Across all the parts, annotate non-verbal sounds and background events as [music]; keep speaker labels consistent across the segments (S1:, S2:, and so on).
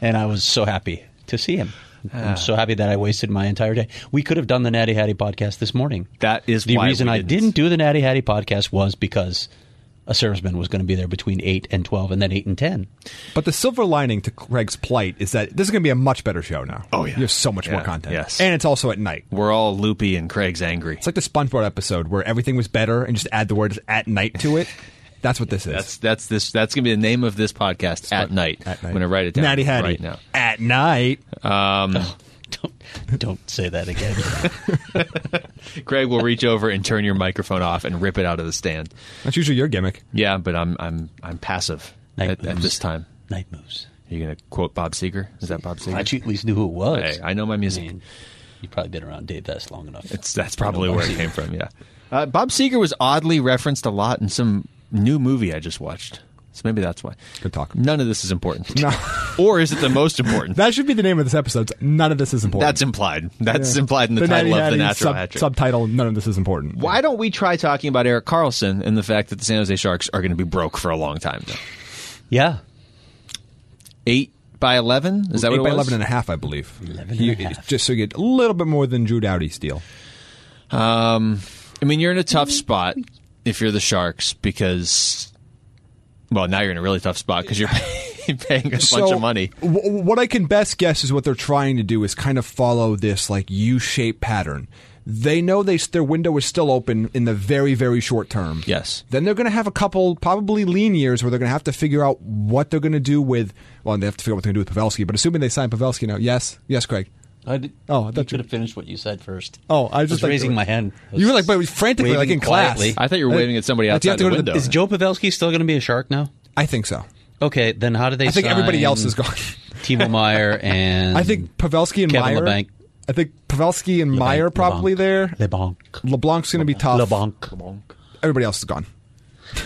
S1: and I was so happy to see him.
S2: Ah.
S1: I'm so happy that I wasted my entire day. We could have done the Natty Hattie podcast this morning.
S2: That is
S1: the
S2: why
S1: reason
S2: we
S1: I
S2: didn't.
S1: didn't do the Natty Hattie podcast was because a serviceman was going to be there between eight and twelve, and then eight
S2: [gasps]
S1: and ten.
S3: But the silver lining to Craig's plight is that this is going to be a much better show now. Oh yeah, you have so much more
S2: Yeah,
S3: content.
S2: yes.
S3: and it's also at night.
S2: we're all loopy and Craig's angry.
S3: It's like the SpongeBob episode where everything was better, and just add the word "at night" to
S2: [laughs]
S3: it. That's what this is.
S2: That's that's this that's gonna be the name of this podcast at night.
S3: At night.
S2: I'm gonna write it down
S3: Natty Hattie.
S2: right now.
S3: At night.
S1: Don't don't say that again.
S2: Craig will reach over and turn your microphone off and rip it out of the stand.
S3: That's usually your gimmick.
S2: Yeah, but I'm I'm I'm passive
S1: [laughs] Night
S2: at, at
S1: moves.
S2: this time.
S1: Night moves.
S2: Are you gonna quote Bob Seger? Is that Bob Seger?
S1: I at least knew who it was.
S2: Hey, I know my music.
S1: mean, you've probably been around Dave Vest long enough.
S2: It's that's probably where it came from. Yeah, uh, Bob Seger was oddly referenced a lot in some new movie I just watched, so maybe that's why.
S3: Good talk.
S2: None of this is important.
S3: No.
S2: [laughs] or is it the most
S3: [laughs]
S2: important?
S3: That should be the name of this episode. None of this is important.
S2: that's implied. That's implied in the,
S3: Natty
S2: title of the
S3: Hattie
S2: natural
S3: sub-
S2: hat trick.
S3: subtitle. None of this is important.
S2: Why don't we try talking about Eric Carlson and the fact that the San Jose Sharks are going to be broke for a long time? Though.
S1: yeah.
S2: Eight by eleven is that
S3: Eight
S2: what
S3: by
S2: it was?
S3: 11 and a half, I believe.
S1: 11 and
S3: You-
S1: a half.
S3: Just so you get a little bit more than Drew Dowdy's deal.
S2: Um, I mean, you're in a tough spot if you're the Sharks because, well, now you're in a really tough spot because you're [laughs] paying a bunch of money.
S3: W- what I can best guess is what they're trying to do is kind of follow this like U-shaped pattern. They know they their window is still open in the very very short term.
S2: Yes.
S3: Then they're going to have a couple probably lean years where they're going to have to figure out what they're going to do with. Well, they have to figure out what they're going to do with Pavelski. But assuming they sign Pavelski now, yes, yes, Craig.
S1: I did,
S3: Oh, I
S1: you
S3: thought you-
S1: could have finished what you said first.
S3: Oh, I was
S1: was
S3: just like-
S1: raising my hand. I
S3: You were like,
S1: was
S3: but frantically, like
S1: waving
S3: in class.
S1: quietly.
S2: I thought you were waving at somebody
S3: Like, do you
S2: outside
S3: have to go to
S2: the
S3: the-
S2: window.
S3: is
S1: Is Joe Pavelski still going to be a shark now?
S3: I think so.
S1: Okay, then how do they?
S3: I think everybody
S1: sign
S3: else is gone.
S1: [laughs] Timo Meyer
S3: [laughs]
S1: and
S2: Mm.
S3: I think Pavelski and
S1: Kevin
S3: Meyer.
S1: LeBanc.
S3: I think Pavelski and Meyer
S1: LeBanc,
S3: probably there.
S1: LeBanc.
S3: LeBlanc's going to be tough.
S1: LeBanc.
S3: Everybody else is gone.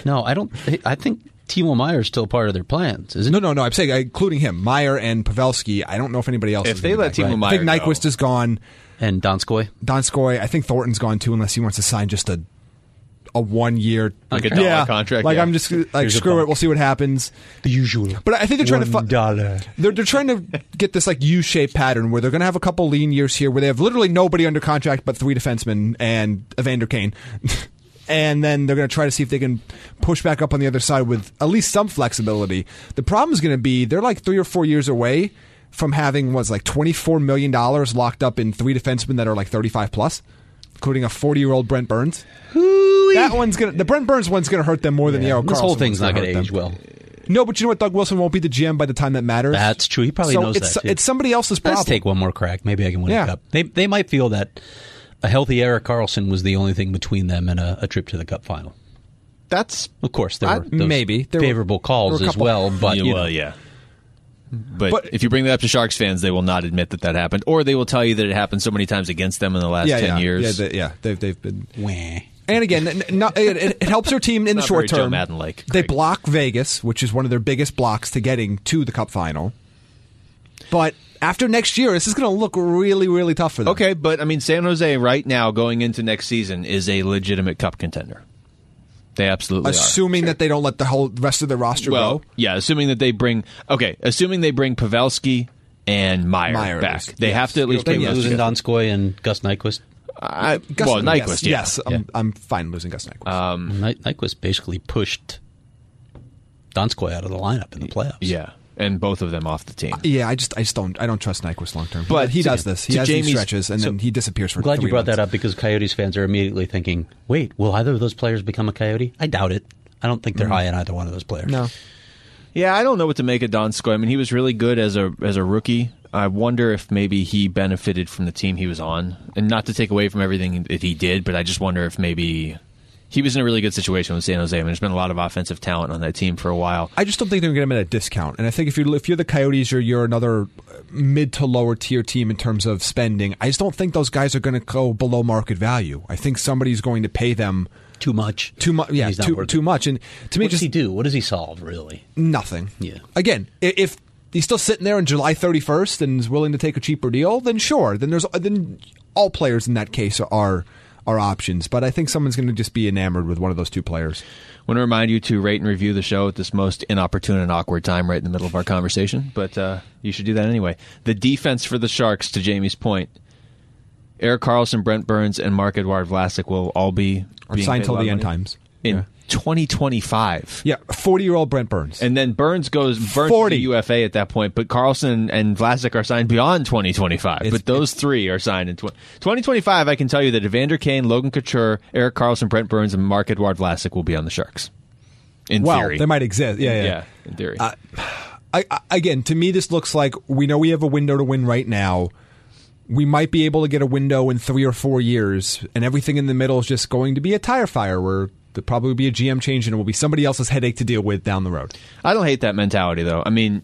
S1: No, I don't. I think Timo Meyer is still part of their plans, isn't
S3: No,
S1: it?
S3: no, no. I'm saying uh, including him, Meyer and Pavelski. I don't know if anybody else.
S2: If
S3: is
S2: they
S3: gonna be
S2: let
S3: back.
S2: Timo
S3: I think
S2: Meyer go.
S3: Nyquist is gone.
S1: And Donskoy.
S3: Donskoy. I think Thornton's gone too, unless he wants to sign just a a one year
S2: Like a dollar contract,
S3: Like
S2: yeah.
S3: I'm just like
S1: Here's a
S3: screw it.
S1: buck.
S3: We'll see what happens.
S1: The usual.
S3: But I think they're trying to fi-
S1: dollar.
S3: They're, they're trying to get this like U-shaped pattern where they're going to have a couple lean years here where they have literally nobody under contract but three defensemen and Evander Kane. [laughs] and then they're going to try to see if they can push back up on the other side with at least some flexibility. The problem is going to be they're like 3 or 4 years away from having what's like 24 million dollars locked up in three defensemen that are like 35 plus. Including a forty-year-old Brent Burns. That one's gonna. The Brent Burns one's gonna hurt them more than the Eric
S1: This whole
S3: Carlson
S1: thing's
S3: one's
S1: not
S3: gonna
S1: going to
S3: hurt
S1: age
S3: them.
S1: well.
S3: No, but you know what? Doug Wilson won't be the GM by the time that matters.
S1: That's true. He probably
S3: so
S1: knows
S3: it's,
S1: that. Too.
S3: It's somebody else's problem.
S1: Let's take one more crack. Maybe I can win
S3: Yeah.
S1: a cup. They they might feel that a healthy Eric Carlson was the only thing between them and a, a trip to the Cup final.
S2: That's
S1: Of course, there
S3: I-
S1: were those
S3: maybe. There were-
S1: favorable
S3: there
S1: calls
S3: were a
S1: as
S3: couple-
S1: well, but
S2: yeah,
S1: you know,
S2: well, yeah. But,
S3: But-
S2: if you bring that up to Sharks fans, they will not admit that that happened, or they will tell you that it happened so many times against them in the last
S3: yeah,
S2: ten
S3: yeah,
S2: years.
S3: Yeah, they, yeah. They've they've been.
S1: wah.
S3: And again, n- n- not, it, it- it helps their team in the
S2: Not
S3: short
S2: very Joe
S3: term.
S2: Madden-like,
S3: they
S2: Craig.
S3: block Vegas, which is one of their biggest blocks to getting to the Cup final. But after next year, this is going to look really, really tough for them.
S2: Okay, but I mean, San Jose right now going into next season is a legitimate cup contender. They absolutely are.
S3: assuming that they don't let the whole rest of the roster
S2: Well,
S3: go.
S2: yeah, assuming that they bring okay, assuming they bring Pavelski and Meyer,
S3: Meyer
S2: back,
S3: is-
S2: they
S3: yes.
S2: have to at least
S3: They
S2: bring
S1: Then you
S2: those
S1: lose
S2: two.
S1: Donskoy and Gus Nyquist.
S2: I,
S3: Gus-
S2: well,
S3: yes,
S2: Nyquist, yeah.
S3: yes,
S2: Yeah. Uh,
S3: I'm, I'm fine losing Gus Nyquist.
S1: Mm. Ny- Nyquist basically pushed Donskoy out of the lineup in the playoffs.
S2: yeah, and both of them off the team.
S3: yeah, I just, I just don't, I don't trust Nyquist long term.
S2: But
S3: he
S2: to-
S3: does this. He
S2: to
S3: has these
S2: Jamie's-
S3: stretches, and
S1: so-
S3: then he disappears for.
S1: I'm glad you
S3: three
S1: brought
S3: months.
S1: that up because Coyotes fans are immediately thinking, wait, will either of those players become a Coyote? I doubt it. I don't think they're high on either one of those players.
S3: No,
S2: Yeah, I don't know what to make of Donskoy. I mean, he was really good as a as a rookie. I wonder if maybe he benefited from the team he was on, and not to take away from everything that he did, but I just wonder if maybe he was in a really good situation with San Jose. I mean, there's been a lot of offensive talent on that team for a while.
S3: I just don't think they're going to get him at a discount. And I think if you're if you're the Coyotes or you're another uh, mid to lower tier team in terms of spending, I just don't think those guys are going to go below market value. I think somebody's going to pay them
S1: Too much.
S3: too much. Yeah,
S1: He's not
S3: too,
S1: worth
S3: too
S1: it.
S3: much. And to me,
S1: What does
S3: just
S1: he do? What does he solve, really?
S3: nothing.
S1: Yeah.
S3: Again, i- if he's still sitting there on July 31st and is willing to take a cheaper deal, then sure. Then there's then all players in that case are are options. But I think someone's going to just be enamored with one of those two players.
S2: want to remind you to rate and review the show at this most inopportune and awkward time right in the middle of our conversation, but uh, you should do that anyway. The defense for the Sharks, to Jamie's point, Eric Carlson, Brent Burns, and Mark Edward Vlasic will all be
S3: Or
S2: being
S3: signed
S2: paid
S3: till
S2: a lot
S3: the
S2: of
S3: end
S2: money
S3: times.
S2: in
S3: yeah.
S2: 2025.
S3: Yeah, 40 year old Brent Burns.
S2: And then Burns goes Burns
S3: 40.
S2: to UFA at that point, but Carlson and Vlasic are signed beyond 2025.
S3: It's-
S2: but those three are signed in tw- 2025. I can tell you that Evander Kane, Logan Couture, Eric Carlson, Brent Burns, and Mark Edward Vlasic will be on the Sharks. In
S3: well,
S2: theory,
S3: they might exist. Yeah, Uh, yeah.
S2: yeah. in theory.
S3: I, I, again, to me, this looks like we know we have a window to win right now. We might be able to get a window in three or four years, and everything in the middle is just going to be a tire fire where there'll probably be a GM change and it will be somebody else's headache to deal with down the road.
S2: I don't hate that mentality though. I mean,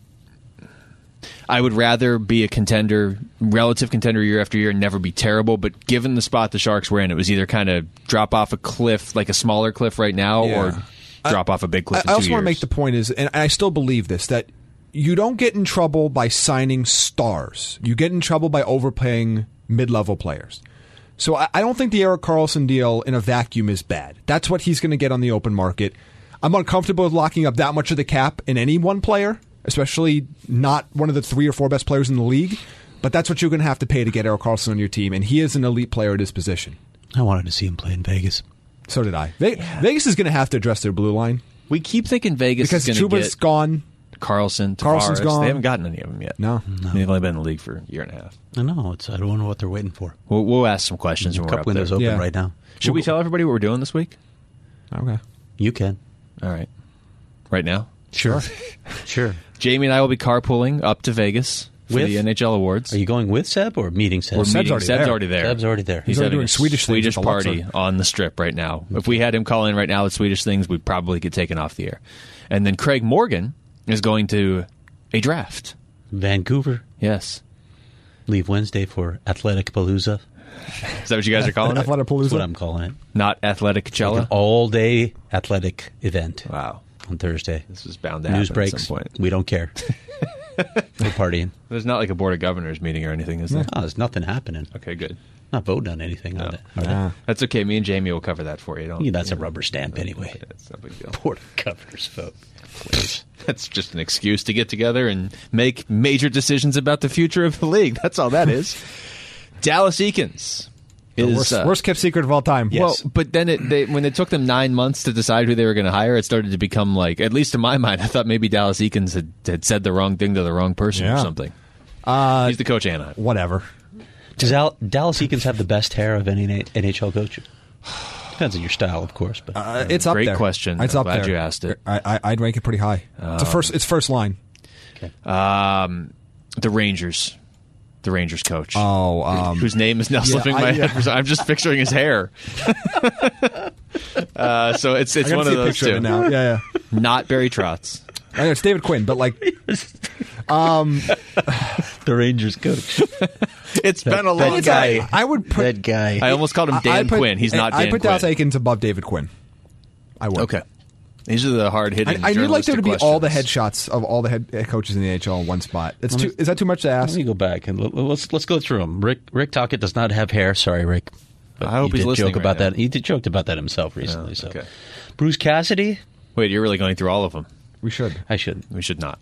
S2: I would rather be a contender, relative contender year after year, and never be terrible. But given the spot the Sharks were in, it was either kind of drop off a cliff, like a smaller cliff right now,
S3: Yeah.
S2: or drop off a big
S3: I,
S2: cliff. in
S3: I
S2: two
S3: also want to
S2: years.
S3: make the point is, and I still believe this, that you don't get in trouble by signing stars. You get in trouble by overpaying mid-level players. So I, I don't think the Eric Carlson deal in a vacuum is bad. That's what he's going to get on the open market. I'm uncomfortable with locking up that much of the cap in any one player, especially not one of the three or four best players in the league. But that's what you're going to have to pay to get Eric Carlson on your team, and he is an elite player at his position.
S1: I wanted to see him play in Vegas.
S3: So did I. Ve- Vegas is going to have to address their blue line
S2: We keep thinking Vegas
S3: because
S2: is going to
S3: Truba's
S2: get
S3: gone.
S2: Carlson.
S3: Carlson's
S2: Tavares.
S3: gone.
S2: They haven't gotten any of them yet.
S3: No.
S2: they've only been in the league for a year and a half.
S1: I know. It's, I don't know what they're waiting for.
S2: We'll, we'll ask some questions when we're
S1: Cup
S2: up
S1: window's
S2: there.
S1: open
S3: Yeah.
S1: right now.
S2: Should we tell everybody what we're doing this week?
S3: Okay.
S1: You can.
S2: All right, right now.
S3: Sure.
S2: [laughs]
S1: Sure.
S2: Jamie and I will be carpooling up to Vegas for
S1: With?
S2: the NHL awards.
S1: Are you going with Seb or meeting Seb?
S2: We're meeting-
S3: already
S2: Seb's
S3: there.
S2: already there.
S1: Seb's already there.
S2: He's,
S3: He's already
S2: having
S3: doing
S2: a
S3: Swedish things
S2: Swedish
S3: at the
S2: party
S3: Luxor.
S2: on the strip right now. If we had him call in right now with Swedish things, we'd probably get taken off the air. And then Craig Morgan is going to a draft.
S1: Vancouver.
S2: Yes,
S1: Leave Wednesday for Athletic Palooza.
S2: is that what you guys
S3: [laughs]
S2: are calling it?
S1: That's what I'm calling it.
S2: Not athletic
S1: An
S2: Coachella.
S1: all day athletic event
S2: Wow,
S1: on Thursday.
S2: this is bound to happen
S1: News
S2: at
S1: breaks.
S2: some point.
S1: We
S2: [laughs]
S1: don't care. We're partying.
S2: There's not like a board of governors meeting or anything, is there?
S1: Oh, there's nothing happening.
S2: Okay, good.
S1: Not voting on anything on
S2: No.
S1: it. are they?
S2: That's okay. Me and Jamie will cover that for you. Don't.
S1: Yeah, that's a rubber stamp anyway. [laughs]
S2: That's no big deal. [laughs]
S1: Board of Governors vote.
S2: That's just an excuse to get together and make major decisions about the future of the league. That's all that is. Dallas Eakins is
S3: worst,
S2: uh,
S3: worst kept secret of all time.
S2: Well, but then it, they, when it took them nine months to decide who they were going to hire, it started to become like, at least in my [laughs] mind, I thought maybe Dallas Eakins had, had said the wrong thing to the wrong person or
S3: Yeah.
S2: something. He's the coach, Anaheim.
S3: whatever.
S1: Does Al- Dallas Eakins have the best hair of any N- NHL coach? [sighs] Depends on your style, of course. But
S3: Uh, it's up
S2: Great
S3: there.
S2: question.
S3: It's
S2: I'm
S3: up
S2: glad
S3: there.
S2: you asked it. Oh.
S3: I, I, I'd rank it pretty high. it's a first. It's first line.
S2: Um, the Rangers, the Rangers coach.
S3: Oh, um,
S2: whose name is now slipping
S3: I-
S2: my
S3: yeah.
S2: head. for some- I'm just picturing his hair.
S3: [laughs]
S2: uh, so it's
S3: I
S2: it's
S3: gotta
S2: one
S3: see
S2: of
S3: a
S2: those
S3: picture of
S2: two.
S3: it now. Yeah,
S2: [laughs]
S3: yeah.
S2: Not Barry Trotz.
S3: I know it's David Quinn, but like, um,
S1: the Rangers coach. [laughs]
S2: It's been a
S1: that
S2: long
S1: guy.
S2: time.
S3: I would put.
S1: that guy.
S2: I almost called him
S3: I-
S2: Dan
S3: I'd put-
S2: Quinn. He's not
S3: I
S2: Dan
S3: I put
S2: Quinn.
S3: Dallas Aikens above David Quinn. I would.
S2: Okay. These are the hard
S3: I,
S2: hitting.
S3: I would like there to be all the
S2: headshot.
S3: headshots of all the head head coaches in the NHL in one spot. It's too, is that too much to
S1: Let
S3: ask?
S1: me go back and l- l- let's let's go through them. Rick Rick Tockett does not have hair. Sorry, Rick. But
S2: I hope
S1: he
S2: he's
S1: did
S2: listening
S1: joke
S2: right
S1: about
S2: now.
S1: that. He did joked about that himself recently. so,
S2: okay.
S1: Bruce Cassidy,
S2: Wait, you're really going through all of them.
S3: We should.
S1: I should.
S2: We should not.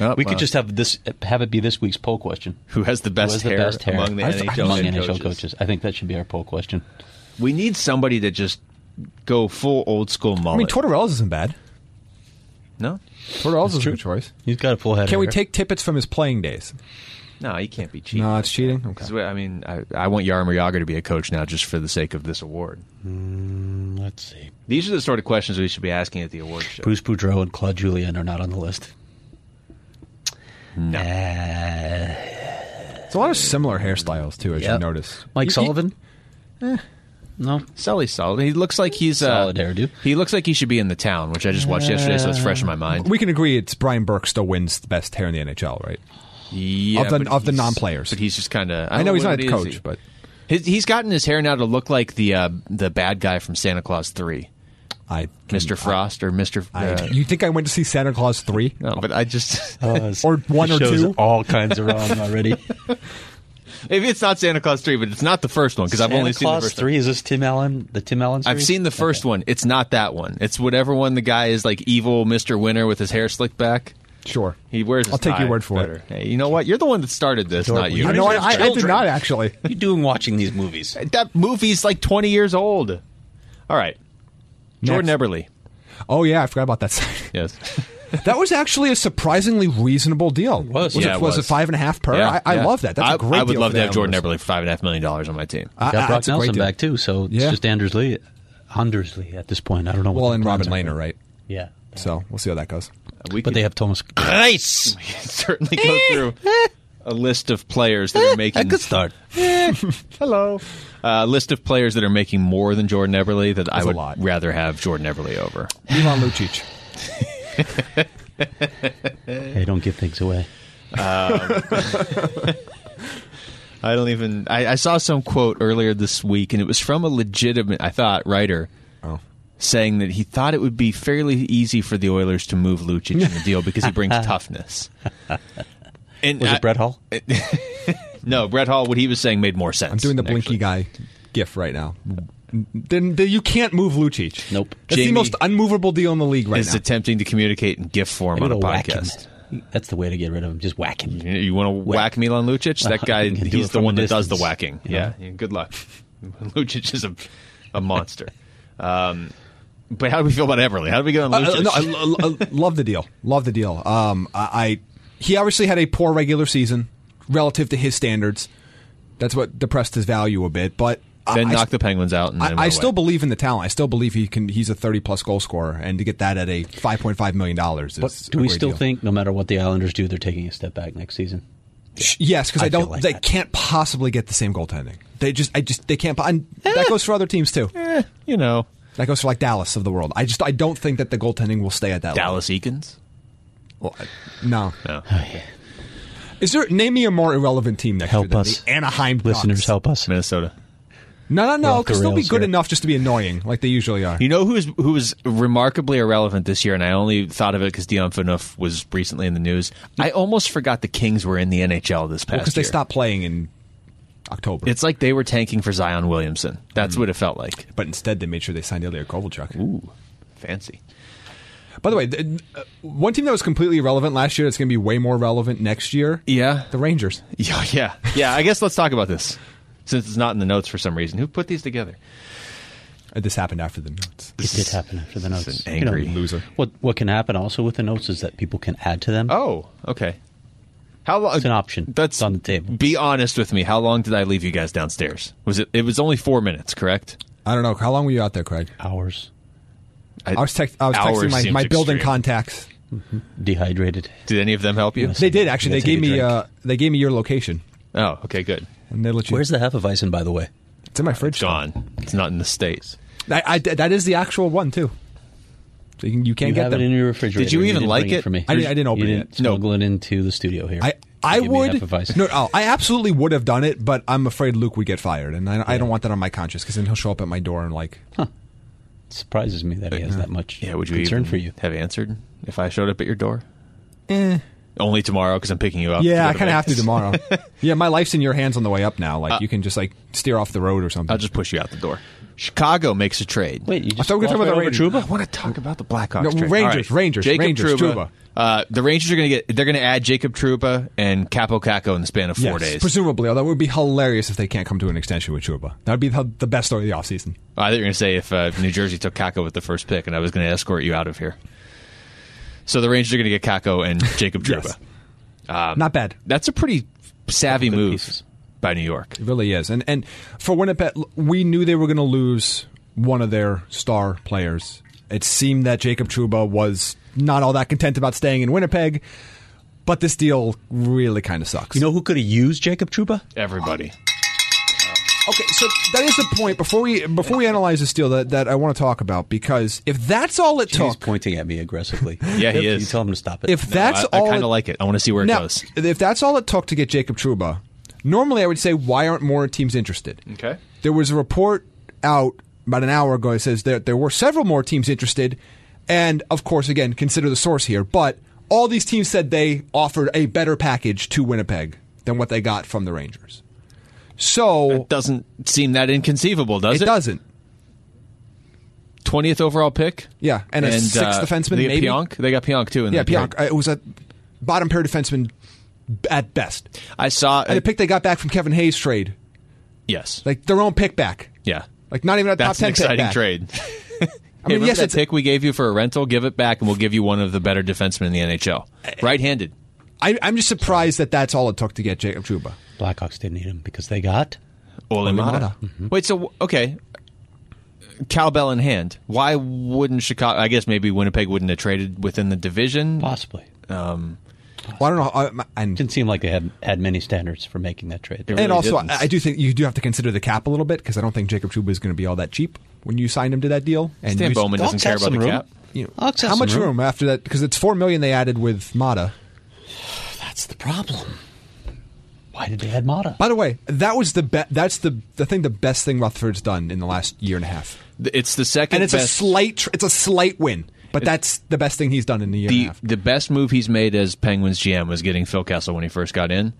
S2: Oh,
S1: We could just have this have it be this week's poll question.
S2: uh, who has the
S1: Who
S2: best,
S1: has the
S2: hair,
S1: best hair
S2: among the
S3: I- I-
S2: NHL,
S1: among
S2: head
S1: NHL coaches.
S2: coaches?
S1: I think that should be our poll question.
S2: We need somebody to just go full old school mullet.
S3: I mean, Tortorella's isn't bad.
S2: no,
S3: Tortorella's is a good choice.
S1: He's got a full head.
S3: Can
S1: of
S3: we
S1: hair.
S3: take tippets from his playing days?
S2: no, you can't be cheating.
S3: No, it's cheating. Okay.
S2: 'Cause we- I mean, I, I want Yarmir Yager to be a coach now, just for the sake of this award.
S1: Let's see.
S2: These are the sort of questions we should be asking at the award show.
S1: Bruce Boudreau and Claude Julien are not on the list.
S2: No.
S3: It's a lot of similar hairstyles too, as you
S1: Yep.
S3: notice.
S1: Mike
S3: You-
S1: Sullivan. No,
S2: Sully's solid. He looks like he's uh,
S1: Solid hairdo.
S2: He looks like he should be in the town, which I just watched yesterday, so it's fresh in my mind.
S3: you- we can agree it's Brian Burke still wins the best hair in the NHL, right?
S2: Yeah,
S3: of the-
S2: but
S3: of the
S2: he's-
S3: non-players.
S2: but he's just kind of.
S3: I know he's not a coach, but
S2: his, he's gotten his hair now to look like the uh, the bad guy from Santa Claus Three,
S3: I,
S2: Mister Frost or Mister.
S3: I,
S2: uh,
S3: [laughs] you think I went to see Santa Claus three?
S2: no, but I just [laughs]
S3: Or one or
S1: Oh, Shows
S3: two?
S1: All kinds are
S3: [laughs]
S1: wrong already.
S2: maybe it's not Santa Claus Three, but it's not the first one because I've
S1: Santa
S2: only seen the
S1: Claus
S2: first
S1: three. Is this Tim Allen? The Tim Allen.
S2: One. I've
S1: series?
S2: seen the
S1: Okay.
S2: first one. It's not that one. It's whatever one the guy is like evil Mister Winter with his hair slicked back.
S3: Sure.
S2: He wears. His
S3: I'll take your
S2: tie
S3: word for
S2: better.
S3: it.
S2: Hey, you know what? You're the one that started this, not you.
S3: I know. I, I, I did not actually.
S1: What are you doing watching
S3: [laughs]
S1: these movies?
S2: That movie's like 20 years old. All right, Jordan
S3: Next.
S2: Eberle.
S3: Oh yeah, I forgot about that [laughs] sign.
S2: Yes.
S3: that was actually a surprisingly reasonable deal.
S1: was.
S3: was,
S2: Yeah,
S3: it,
S2: it
S3: was.
S2: was.
S3: it five and a half per? I, I
S2: yeah.
S3: love that. That's
S2: I-
S3: a great.
S2: I would
S3: deal
S2: love
S3: for
S2: to
S3: the Uh,
S2: have Jordan
S3: Islanders.
S2: Eberle for five and a half million dollars on my team.
S3: I- I-
S1: Got Brock
S3: that's a great
S1: Nelson
S3: deal.
S1: back too, so it's
S3: Yeah.
S1: just Anders Lee. Anders Lee at this point. I don't know. What
S3: Well,
S1: the
S3: and
S1: plans
S3: Robin
S1: are.
S3: Lehner, right?
S1: Yeah,
S3: So we'll see how that goes.
S2: we
S1: but
S2: could
S1: they
S2: [coughs]
S1: have Thomas.
S2: [laughs] nice. We could
S3: [laughs]
S2: certainly go through a list of players that are making.
S1: Good start.
S2: Hello. A list of players that are making more than Jordan Everly that I
S3: That's a
S2: would
S3: lot.
S2: rather have Jordan Everly over.
S3: Milan Lucic.
S1: Hey, don't give things away.
S2: I don't even. I, I saw some quote earlier this week, and it was from a legitimate, I thought, writer.
S3: Oh.
S2: Saying that he thought it would be fairly easy for the Oilers to move Lucic in the deal because he brings toughness. And
S1: Was
S2: I-
S1: it Brett Hall?
S2: [laughs] No, Brett Hall. What he was saying made more sense.
S3: I'm doing the blinky
S2: actually.
S3: guy gif right now. Then then you can't move Lucic.
S1: Nope.
S3: That's
S2: Jamie
S3: the most unmovable deal in the league right
S2: is
S3: now.
S2: attempting to communicate in GIF form on
S1: Gotta
S2: a
S1: whack
S2: podcast.
S1: him. That's the way to get rid of him. Just whack him.
S2: You, want to whack Milan
S3: [laughs]
S2: Lucic? That
S1: Well,
S2: guy,
S1: you can do
S2: he's
S1: it
S2: the
S1: from
S2: one
S1: a
S2: that does the
S1: distance,
S2: whacking.
S1: you
S2: Yeah. yeah, Good luck. [laughs] Lucic is a, a monster. um, but how do we feel about Everly? How do we get on
S3: Uh,
S2: Lucic?
S3: no, I, lo- lo-
S1: [laughs]
S3: love the deal. Love the deal. Um, I, I he obviously had a poor regular season relative to his standards. That's what depressed his value a bit. But
S2: [laughs] then
S3: uh, I, I
S2: knock
S3: st-
S2: the Penguins out. And then
S3: I, I
S2: we're
S3: still
S2: away.
S3: believe in the talent. I still believe he can. He's a thirty-plus goal scorer, and to get that at a five point five million dollars is.
S1: But do
S3: a
S1: we
S3: great
S1: still
S3: deal.
S1: think, no matter what the Islanders do, they're taking a step back next season?
S3: Sh- Yes, because I,
S1: I feel
S3: don't.
S1: like
S3: they
S1: that.
S3: can't possibly get the same goaltending. They just. I just. They can't. And that goes for other teams too.
S2: Eh, you know,
S3: That goes for like Dallas of the world. I just. I don't think that the goaltending will stay at that. level.
S2: Dallas Eakins.
S3: No.
S1: Oh,
S2: No.
S3: Is there name me a more irrelevant team next
S1: Help
S3: year? than
S1: us.
S3: the Anaheim
S1: Listeners,
S3: Ducks?
S1: help us.
S2: Minnesota.
S3: No, no,
S1: We're
S3: no,
S1: off the
S3: because they'll be
S1: rails
S3: good
S1: here.
S3: enough just to be annoying, like they usually are.
S2: You know who's who was remarkably irrelevant this year, and I only thought of it because Dion Phaneuf was recently in the news. I almost forgot the Kings were in the NHL this past
S3: Because they
S2: year.
S3: stopped playing in October,
S2: It's like they were tanking for Zion Williamson. That's what it felt like.
S3: but instead they made sure they signed Ilya Kovalchuk.
S2: Ooh, fancy.
S3: By the way, the, uh, one team that was completely irrelevant last year that's going to be way more relevant next year.
S1: E
S2: Yeah.
S3: the Rangers.
S2: Yeah, [laughs] yeah, yeah. I guess let's talk about this since it's not in the notes for some reason. Who put these together?
S3: Uh, This happened after the notes.
S1: It did happen after the
S2: This
S1: notes.
S2: is an
S1: You know,
S2: angry loser.
S1: What what can happen also with the notes is that people can add to them.
S2: Oh, okay. How long?
S1: It's an option.
S2: That's
S1: It's on the table.
S2: Be honest with me. How long did I leave you guys downstairs? Was it? It was only four minutes, correct?
S3: I don't know how long were you out there, Craig.
S1: Hours
S3: I was, text, I was
S2: Hours
S3: texting my,
S2: seems
S3: my building
S2: extreme.
S3: contacts.
S1: dehydrated.
S2: Did any of them help you?
S3: They did actually.
S1: Yeah,
S3: They
S1: take
S3: gave
S1: a
S3: me
S1: drink.
S3: uh, they gave me your location,
S2: Oh, okay, good.
S3: and they let you.
S1: Where's the Hefeweizen, by the way?
S3: it's in my fridge.
S2: John, it's not in the states.
S3: I, I- that is the actual one too. So you, can, you can't
S1: You
S3: get
S1: have
S3: them.
S1: it in your refrigerator.
S2: Did you even
S1: didn't
S2: like
S1: bring
S2: it?
S1: for me?
S3: I didn't- I didn't open
S1: you
S3: it.
S1: Didn't
S2: No.
S1: smuggle it into the studio here.
S3: I I
S1: Give me
S3: would
S1: half advice.
S3: no, oh, I absolutely would have done it, but I'm afraid Luke would get fired, and I, I don't want that on my conscience because then he'll show up at my door and like,
S1: It surprises me that he has that much
S2: Yeah, would you
S1: concern
S2: even
S1: for you.
S2: have answered if I showed up at your door? Only tomorrow because I'm picking you up.
S3: Eh. yeah, I
S2: go
S3: kind of have to
S2: Vegas.
S1: [laughs]
S3: tomorrow. yeah, my life's in your hands on the way up now. Like
S1: Uh,
S3: you can just like steer off the road or something.
S2: I'll just push you out the door. Chicago makes a trade.
S1: Wait, you
S3: I
S1: just
S3: thought we were talking
S1: walked
S3: about the
S1: right
S3: Rangers.
S1: over
S2: I want to talk about the Blackhawks.
S3: No,
S2: trade.
S3: Rangers,
S2: All right.
S3: Rangers,
S2: Jacob
S3: Rangers,
S2: Trouba.
S3: Trouba.
S2: Uh, the Rangers are going to get. They're going to add Jacob Truba and Capo Caco in the span of four
S3: Yes,
S2: days.
S3: presumably. Although it would be hilarious if they can't come to an extension with Chuba. That would be the, the best story of the offseason.
S2: I thought you were going to say if uh, New Jersey took Kako with the first pick, and I was going to escort you out of here. So the Rangers are going to get Kako and Jacob
S3: [laughs]
S2: Truba.
S3: Yes.
S2: Um,
S3: Not bad.
S2: That's a pretty savvy move
S1: pieces.
S2: by New York.
S3: It really is. And and for Winnipeg, l- we knew they were going to lose one of their star players. It seemed that Jacob Truba was not all that content about staying in Winnipeg, but this deal really kind of sucks.
S1: You know who could have used Jacob Truba?
S2: Everybody.
S3: Okay, so that is the point before we before we analyze this deal that, that I want to talk about because if that's all it
S1: He's
S3: took,
S1: pointing at me aggressively.
S2: [laughs] Yeah, he
S1: You
S2: is.
S1: tell him to stop it.
S3: if that's
S2: I,
S3: all
S2: I kind
S3: it-
S2: of like it. I want to see where it
S3: now,
S2: goes.
S3: if that's all it took to get Jacob Truba, normally I would say why aren't more teams interested?
S2: Okay.
S3: There was a report out about an hour ago that says that there were several more teams interested, and of course, again, consider the source here, but all these teams said they offered a better package to Winnipeg than what they got from the Rangers. So
S2: Doesn't seem that inconceivable, does
S3: it
S2: it?
S3: doesn't.
S2: 20th overall pick.
S3: Yeah, and a sixth defenseman,
S2: They
S3: maybe?
S2: uh, Pionk. They got Pionk too. In
S3: Yeah,
S2: the
S3: Pionk. uh, It was a bottom pair defenseman at best.
S2: I saw.
S3: And a pick they got back from Kevin Hayes trade,
S2: yes.
S3: like their own pick back.
S2: yeah.
S3: Like not even a top
S2: That's an
S3: ten pick
S2: exciting
S3: back.
S2: trade.
S3: I mean,
S2: hey,
S3: yes,
S2: yes, that
S3: it's-
S2: pick we gave you for a rental, give it back, and we'll give you one of the better defensemen in the NHL,
S3: Eh,
S2: right-handed.
S3: I, I'm just surprised that that's all it took to get Jacob Truba.
S1: Blackhawks didn't need him because they got
S2: Olimata.
S3: Mm-hmm.
S2: Wait, so okay, cowbell in hand. Why wouldn't Chicago? I guess maybe Winnipeg wouldn't have traded within the division.
S1: possibly.
S3: Well, I don't know. I, my- and
S1: Didn't seem like they had had many standards for making that trade.
S3: and also, I,
S2: didn't.
S3: I do think you do have to consider the cap a little bit because I don't think Jacob Truba is going to be all that cheap when you sign him to that deal. And
S2: Stan
S3: you-
S2: Bowman doesn't
S1: Hawks
S2: care
S1: have
S2: about the
S1: some room.
S2: cap.
S3: you know,
S1: Hawks have
S3: how
S1: some
S3: much room.
S1: room.
S3: after that? Because it's four million they added with Mata.
S1: That's the problem. Why did they add Mata?
S3: By the way, that was the be- that's the the thing the best thing Rutherford's done in the last year and a half.
S2: It's the second
S3: and it's a
S2: best.
S3: slight tr- it's a slight win, but that's the best thing he's done in the year and a
S2: the
S3: half.
S2: the best move he's made as Penguins GM was getting Phil Kessel when he first got in.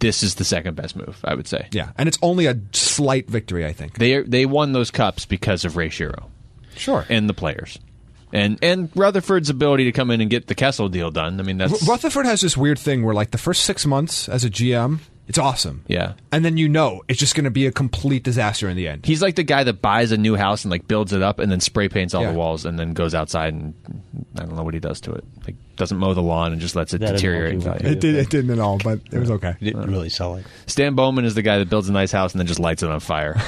S2: This is the second best move, I would say.
S3: Yeah, and it's only a slight victory, I think.
S2: They they won those cups because of Ray Shiro
S3: Sure.
S2: and the players. And and Rutherford's ability to come in and get the Kessel deal done. I mean that's
S3: Rutherford has this weird thing where like the first six months as a GM, it's awesome.
S2: Yeah.
S3: and then you know it's just going to be a complete disaster in the end.
S2: he's like the guy that buys a new house and like builds it up and then spray paints all
S3: Yeah.
S2: the walls and then goes outside and I don't know what he does to it. Like doesn't mow the lawn and just lets it
S1: That is
S2: deteriorate in
S1: what he
S2: value.
S1: would do. It
S3: didn't at all, but it was okay.
S1: They
S2: Uh,
S1: didn't really sell it.
S2: Stan Bowman is the guy that builds a nice house and then just lights it on fire.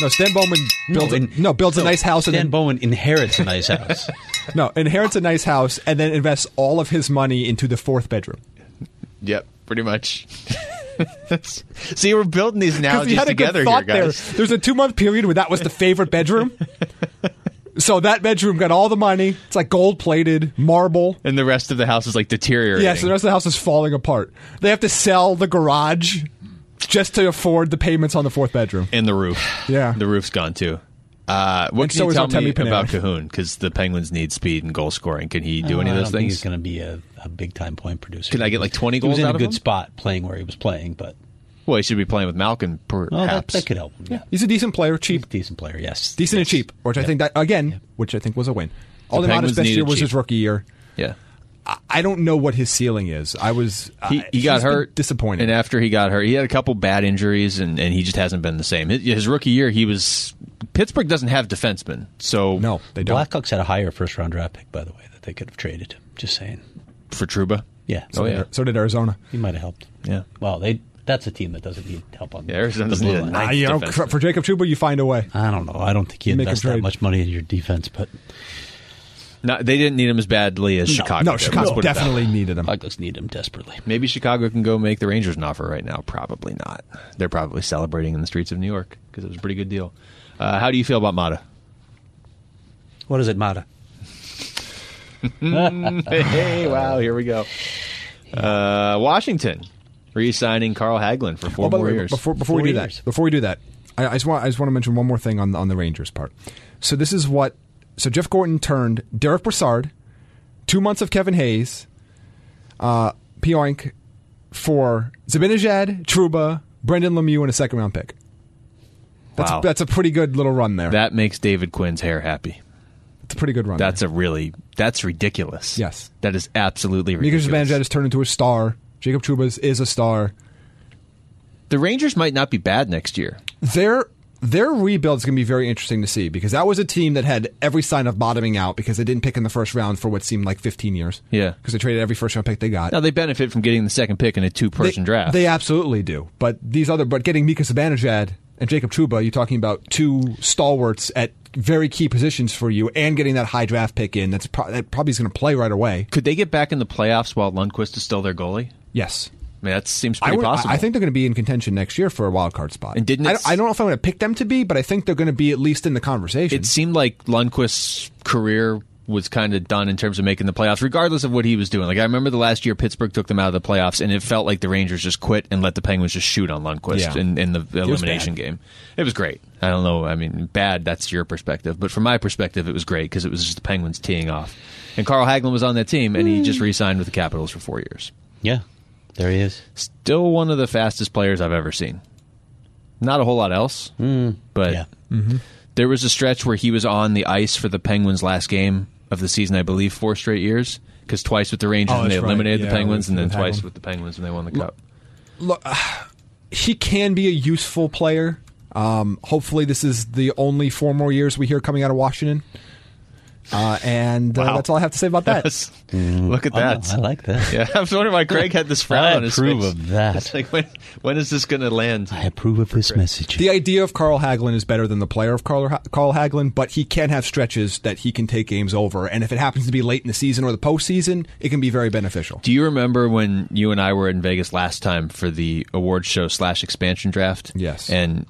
S3: No, Stan Bowman builds
S1: and-
S3: a, no builds a
S1: no,
S3: nice house and
S1: Dan
S3: then
S1: Bowen inherits a
S3: [laughs]
S1: nice house.
S3: no inherits a nice house and then invests all of his money into the fourth bedroom.
S2: [laughs] yep, pretty much. [laughs] See, we're
S3: [laughs]
S2: building these
S3: Because he
S2: analogies
S3: had a good
S2: together here,
S3: thought
S2: guys.
S3: there. There's a two month period where that was the favorite
S2: [laughs]
S3: bedroom. so that bedroom got all the money. It's like gold plated marble.
S2: And the rest of the house is like deteriorating.
S3: Yes, the rest of the house is falling apart. They have to sell the garage just to afford the payments on the fourth bedroom.
S2: and the roof.
S3: Yeah.
S2: the roof's gone too. Uh, what
S3: so
S2: can
S3: is
S2: you tell me
S3: Artemi Panarin.
S2: about Cahoon? Because the Penguins need speed and goal scoring. Can he do any of
S1: I
S2: those
S1: don't think
S2: things?
S1: He's going to be a, a big time point producer.
S2: Can I get, like, 20 goals
S1: He was in
S2: out
S1: a
S2: of
S1: good
S2: him?
S1: spot playing where he was playing, but
S2: Well, he should be playing with Malkin,
S1: oh, that,
S2: perhaps.
S1: that could help him. Yeah.
S3: He's a decent player,
S1: He's
S3: cheap,
S1: a decent player, yes.
S3: decent and
S1: Yes.
S3: cheap, which I think that again, which I think was a win. All the
S2: Penguins
S3: best
S2: needed
S3: year was
S2: cheap.
S3: his rookie year.
S2: yeah,
S3: I- I don't know what his ceiling is. I was
S2: he,
S3: I-
S2: he got
S3: Uh, he's been
S2: hurt.
S3: disappointed.
S2: And after he got hurt, he had a couple bad injuries, and, and he just hasn't been the same. His, his rookie year, he was Pittsburgh doesn't have defensemen, so
S3: no, they don't.
S1: Blackhawks had a higher first round draft pick, by the way, that they could have traded. Just saying.
S2: for Truba,
S1: Yeah.
S2: oh yeah,
S3: So did Arizona.
S1: He might have helped.
S2: Yeah.
S1: Well, they that's a team that doesn't need help on
S2: Yeah, Arizona
S1: the
S2: doesn't
S1: blue
S2: need a
S1: line.
S2: ninth.
S3: Ah, you know,
S2: defenseman.
S3: for Jacob Chuba, you find a way.
S1: I don't know. I don't think you
S3: Make a
S1: invest that
S3: trade.
S1: much money in your defense, but
S2: Not- they didn't need him as badly as
S3: No,
S2: Chicago. did. Let's
S3: Chicago
S2: put it that way.
S3: definitely needed him.
S1: Blackhawks need him desperately.
S2: Maybe Chicago can go make the Rangers an offer right now. Probably not. They're probably celebrating in the streets of New York because it was a pretty good deal. Uh, how do you feel about Mata? [laughs]
S1: What does it matter? Ah,
S2: hey, wow, here we go. Uh, Washington re-signing Carl Hagelin for four
S3: Oh, by the
S2: more
S3: way,
S2: years.
S3: Before, before we
S1: Four
S3: do
S1: years.
S3: that, before we do that, I, I just want I just want to mention one more thing on on the Rangers part. So this is what so Jeff Gordon turned Derek Brassard, two months of Kevin Hayes, uh, Pionk for Zabinajad, Truba, Brendan Lemieux, and a second round pick. That's
S2: Wow.
S3: that's a pretty good little run there.
S2: that makes David Quinn's hair happy.
S3: that's a pretty good run.
S2: That's a really that's ridiculous.
S3: Yes.
S2: that is absolutely
S3: there. Mika
S2: ridiculous.
S3: Zibanejad has turned into a star. Jacob Truba is- is a star.
S2: the Rangers might not be bad next year.
S3: Their their rebuild's going to be very interesting to see because that was a team that had every sign of bottoming out because they didn't pick in the first round for what seemed like 15 years.
S2: Yeah.
S3: Because they traded every first round pick they got.
S2: Now they benefit from getting the second pick in a two-person
S3: they,
S2: draft.
S3: They absolutely do. But these other but getting Mika Zibanejad and Jacob Truba, you're talking about two stalwarts at very key positions for you and getting that high draft pick in that's pro- that probably is going to play right away.
S2: Could they get back in the playoffs while Lundqvist is still their goalie?
S3: Yes.
S2: I mean, that seems
S3: I,
S2: pretty
S3: would-
S2: possible.
S3: I think they're going to be in contention next year for a wild card spot.
S2: And didn't
S3: I,
S2: it
S3: don't- I don't know if I'm going to pick them to be, but I think they're going to be at least in the conversation.
S2: it seemed like Lundqvist's career was kind of done in terms of making the playoffs, regardless of what he was doing. Like I remember the last year Pittsburgh took them out of the playoffs, and it felt like the Rangers just quit and let the Penguins just shoot on Lundqvist
S3: Yeah.
S2: in, in the
S3: was
S2: elimination
S3: bad.
S2: game. It was great. I don't know. I mean, bad. That's your perspective, but from my perspective, it was great because it was just the Penguins teeing off. And Carl Hagelin was on that team, and
S3: Hmm.
S2: he just re-signed with the Capitals for four years.
S1: Yeah, there he is.
S2: Still one of the fastest players I've ever seen. Not a whole lot else,
S3: Hmm.
S2: but
S1: Yeah.
S2: there was a stretch where he was on the ice for the Penguins last game of the season, I believe, four straight years. Because twice with the Rangers
S3: Oh,
S2: and they
S3: that's right.
S2: eliminated
S3: Yeah,
S2: the Penguins,
S3: with-
S2: and then
S3: with
S2: twice
S3: Hagelin.
S2: with the Penguins when they won the cup.
S3: he can be a useful player. Um, hopefully, this is the only four more years we hear coming out of Washington. Uh, and uh,
S2: Wow.
S3: that's all I have to say about that.
S2: That's- Look at
S1: Oh,
S2: that.
S1: I like that.
S2: [laughs] Yeah, I was wondering why Craig had this frown
S1: I
S2: on his
S1: approve
S2: face.
S1: of that.
S2: It's like when when is this going to land?
S1: I approve of this message.
S3: The idea of Carl Hagelin is better than the player of Carl, Carl Hagelin, but he can have stretches that he can take games over. And if it happens to be late in the season or the postseason, it can be very beneficial.
S2: Do you remember when you and I were in Vegas last time for the award show slash expansion draft?
S3: Yes.
S2: And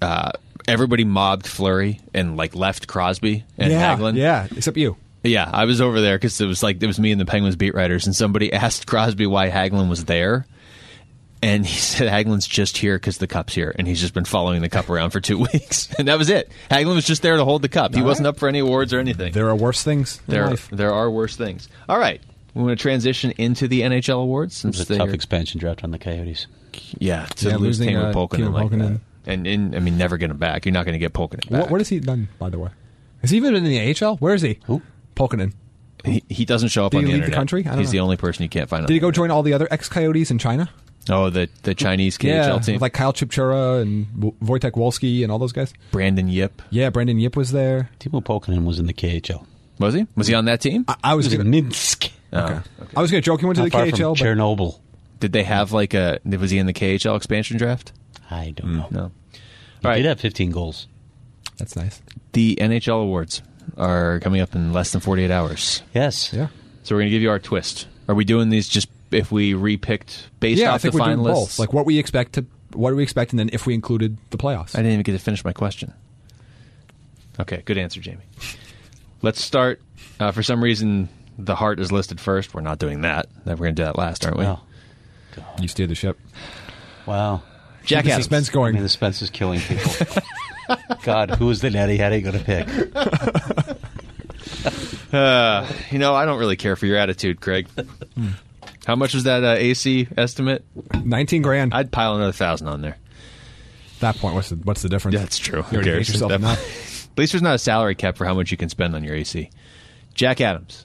S2: uh, everybody mobbed Flurry and like left Crosby and
S3: yeah,
S2: Hagelin.
S3: yeah, except you.
S2: Yeah, I was over there because it was like it was me and the Penguins beat writers, and somebody [laughs] asked Crosby why Haglin was there, and he [laughs] said Haglin's just here because the cup's here, and he's just been following the cup around for two [laughs] weeks, and that was it. Haglin was just there to hold the cup. He wasn't up for any awards or anything.
S3: There are worse things in
S2: There,
S3: life.
S2: there are worse things. All right, we want to transition into the NHL awards
S1: It
S2: since
S1: was a
S2: they're-
S1: tough expansion draft on the Coyotes.
S2: yeah to
S3: Yeah,
S2: lose
S3: losing,
S2: Taylor
S3: uh,
S2: Polkinen
S3: Taylor
S2: like that.
S3: Polkinen.
S2: and, and I mean never get him back. You're not going to get Polkinen back.
S3: What, what has he done, by the way? Has he even been in the AHL? Where is he?
S1: Who?
S3: Polkinen.
S2: he, he doesn't show up
S3: Did
S2: on
S3: he
S2: the
S3: leave the
S2: internet.
S3: country? I don't
S2: He's the
S3: know.
S2: only person you can't find. on
S3: Did he
S2: the
S3: go
S2: internet.
S3: join all the other ex Coyotes in China?
S2: Oh, the the Chinese KHL team,
S3: with, like Kyle Chipchura and w- Wojtek Wolski and all those guys.
S2: Brandon Yip.
S3: Yeah, Brandon Yip was there.
S1: Timo Polkinen was in the KHL.
S2: Was he? Was he on that team?
S3: I, I was,
S1: He was
S3: gonna,
S1: in Minsk.
S3: I was going to joke he went to
S1: Not
S3: the
S1: far
S3: KHL, but
S1: from Chernobyl.
S2: Did they have like a? Was he in the KHL expansion draft?
S1: I don't know.
S2: No.
S1: He
S2: All right.
S1: did have 15 goals.
S3: that's nice.
S2: The NHL awards are coming up in less than 48 hours,
S1: Yes.
S3: Yeah,
S2: so we're gonna give you our twist. Are we doing these just if we repicked based
S3: yeah. I
S2: off the
S3: think we're doing
S2: finalists?
S3: both. Like what we expect to what do we expect, and then if we included the playoffs.
S2: I didn't even get to finish my question. Okay, good answer, Jamie. Let's start. Uh, for some reason, the heart is listed first. We're not doing that. We're going to do that last, aren't we?
S1: Wow.
S3: you steered the ship.
S1: Wow.
S2: Jack
S3: the
S2: Adams.
S3: suspense
S1: I
S3: going.
S1: mean, the Spence is killing people.
S2: [laughs]
S1: God, who is the natty hat he going to pick?
S2: You know, I don't really care for your attitude, Craig. How much was that uh, AC estimate?
S3: Nineteen grand. At
S2: I'd pile another thousand on there.
S3: that point, what's the what's the difference?
S2: That's true.
S3: You
S2: Who
S3: already hate
S2: cares?
S3: yourself
S2: At that
S3: enough.
S2: point- At least there's not a salary cap for how much you can spend on your AC. Jack Adams,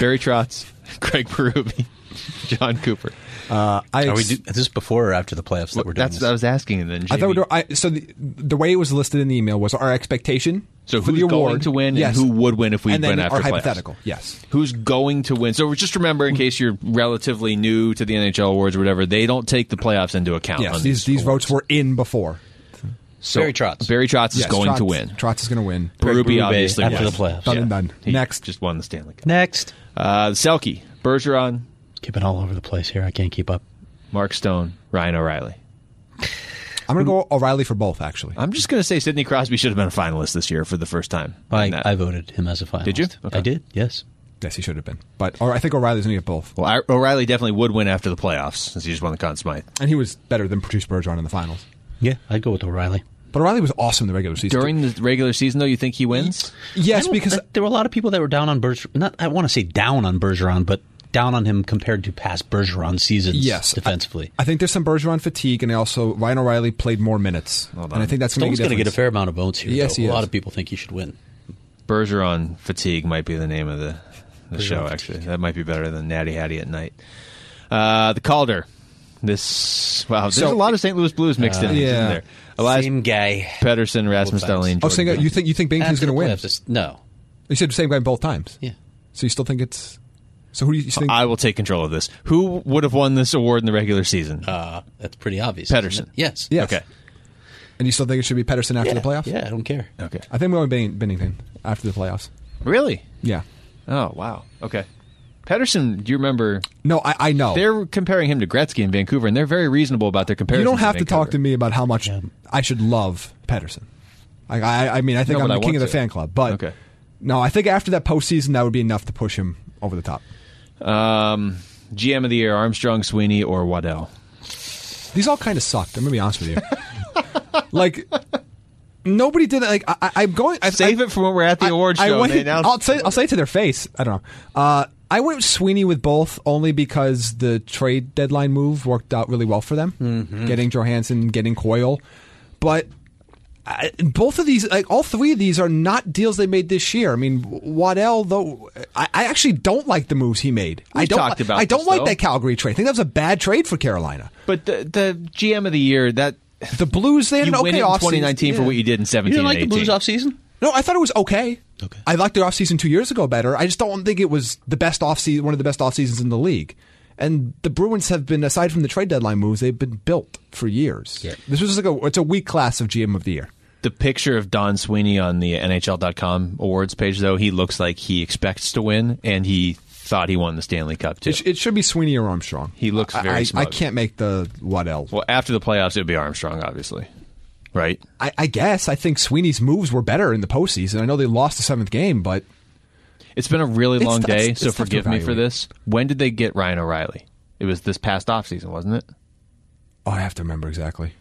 S2: Barry Trotz, [laughs] Craig Berube, [laughs] John Cooper.
S3: I,
S1: Are we
S3: ex-
S1: do, is this before or after the playoffs that we're doing
S2: That's
S1: this?
S2: what I was asking. And then
S3: I thought we
S2: JB.
S3: were, I, so. The, the way it was listed in the email was our expectation.
S2: So
S3: for
S2: who's
S3: the
S2: going
S3: award.
S2: to win and
S3: Yes.
S2: who would win if we
S3: and then
S2: went after
S3: our
S2: playoffs?
S3: hypothetical. Yes.
S2: who's going to win. So just remember, in case you're relatively new to the NHL awards or whatever, they don't take the playoffs into account.
S3: Yes.
S2: Oh, on
S3: These these
S2: awards.
S3: votes were in before.
S2: So
S1: Barry Trotz.
S2: Barry Trotz is
S3: Yes,
S2: going to
S3: Trotz-
S2: win.
S3: Trotz is going to win.
S1: Craig
S2: Berube
S1: Berube
S2: obviously
S1: after
S2: won.
S1: the playoffs.
S3: Done and done.
S2: He
S3: Next.
S2: just won the Stanley Cup.
S1: Next.
S2: Uh, Selkie, Bergeron,
S1: Keeping all over the place here. I can't keep up.
S2: Mark Stone, Ryan O'Reilly.
S3: I'm going to go O'Reilly for both, actually.
S2: I'm just going to say Sidney Crosby should have been a finalist this year for the first time.
S1: I,
S2: And that-
S1: I voted him as a finalist.
S2: Did you? Okay.
S1: I did, yes.
S3: Yes, he should have been. But or I think O'Reilly's going to get both.
S2: Well, I, O'Reilly definitely would win after the playoffs since he just won the Conn Smythe.
S3: And he was better than Patrice Bergeron in the finals.
S1: Yeah, I'd go with O'Reilly.
S3: But O'Reilly was awesome in the regular season.
S2: During the regular season, though, you think he wins?
S1: I
S3: yes,
S1: don't-
S3: because
S1: there were a lot of people that were down on Bergeron. Not I want to say down on Bergeron, but down on him compared to past Bergeron seasons.
S3: Yes, I-
S1: defensively.
S3: I think there's some Bergeron fatigue, and also Ryan O'Reilly played more minutes, and I think that's going
S1: Stone's
S3: to
S1: going to get a fair amount of votes here.
S3: Yes,
S1: though.
S3: he
S1: a lot
S3: is.
S1: of people think he should win.
S2: Bergeron fatigue might be the name of the, the show.
S1: fatigue.
S2: Actually, that might be better than Natty Hattie at night. Uh, the Calder. This wow. There's
S3: So-
S2: a lot of St. Louis Blues mixed in,
S3: yeah.
S2: isn't there? Elias
S1: Same guy.
S2: Pettersson, Rasmus
S1: Both times.
S2: Dahlin.
S3: Oh, saying
S2: Jordan
S3: that you think you think Bennington's
S1: After the
S3: going to win?
S1: playoffs, it's- No.
S3: You said the same guy both times.
S1: Yeah.
S3: So you still think it's? So who do you think?
S2: I will take control of this. Who would have won this award in the regular season?
S1: Uh, that's pretty obvious.
S2: Pettersson.
S1: isn't it? Yes.
S3: yes.
S2: okay.
S3: And you still think it should be Pedersen after the playoffs?
S1: Yeah, I don't care.
S2: Okay.
S3: I think we went Ben- Bennington after the playoffs.
S2: Really?
S3: Yeah.
S2: Oh wow. Okay. Pettersson, do you remember?
S3: No, I, I know.
S2: They're comparing him to Gretzky in Vancouver, and they're very reasonable about their
S3: you
S2: comparison.
S3: don't have to talk to me about how much I should love Pedersen. I, I, I mean, I think
S2: No,
S3: I'm
S2: but
S3: the
S2: I
S3: king of the
S2: want to.
S3: fan club, but
S2: Okay.
S3: no, I think after that postseason, that would be enough to push him over the top.
S2: Um, GM of the year: Armstrong, Sweeney, or Waddell.
S3: These all kind of sucked. I'm gonna be honest with you. [laughs] like nobody did. Like I- I, I'm going. I,
S2: Save
S3: I,
S2: it for when we're at the
S3: I-
S2: awards show.
S3: I
S2: and
S3: went,
S2: they announce-
S3: I'll say. I'll say it to their face. I don't know. Uh, I went with Sweeney with both only because the trade deadline move worked out really well for them.
S2: Mm-hmm.
S3: Getting Johansson, getting Coyle, but. I, both of these, like all three of these, are not deals they made this year. I mean, Waddell, though, I, I actually don't like the moves he made. I
S2: We've
S3: don't.
S2: talked
S3: li-
S2: about
S3: I don't
S2: this,
S3: like
S2: though.
S3: that Calgary trade. I think that was a bad trade for Carolina.
S2: but the, the GM of the year that
S3: The Blues, they had
S2: you
S3: an
S2: win
S3: okay
S2: it in
S3: offseason.
S2: 2019 for what you did in 17
S1: You didn't like the
S2: and 18.
S1: Blues offseason?
S3: No, I thought it was okay.
S1: Okay.
S3: I liked their offseason two years ago better. I just don't think it was the best offseason, one of the best off seasons in the league. And the Bruins have been, aside from the trade deadline moves, they've been built for years.
S1: Yeah.
S3: This was like a, it's a weak class of GM of the year.
S2: the picture of Don Sweeney on the NHL.com awards page, though, he looks like he expects to win, and he thought he won the Stanley Cup too.
S3: It, sh- it should be Sweeney or Armstrong.
S2: He looks
S3: I-
S2: very
S3: I, I
S2: smug.
S3: can't make the Waddell.
S2: well, after the playoffs, it would be Armstrong, obviously, right?
S3: I, I guess I think Sweeney's moves were better in the postseason. I know they lost the seventh game, but
S2: It's been a really
S3: It's
S2: long
S3: tough-
S2: day,
S3: it's
S2: so
S3: tough to
S2: forgive me for
S3: evaluate.
S2: this. When did they get Ryan O'Reilly? It was this past offseason, wasn't it?
S3: oh, I have to remember exactly.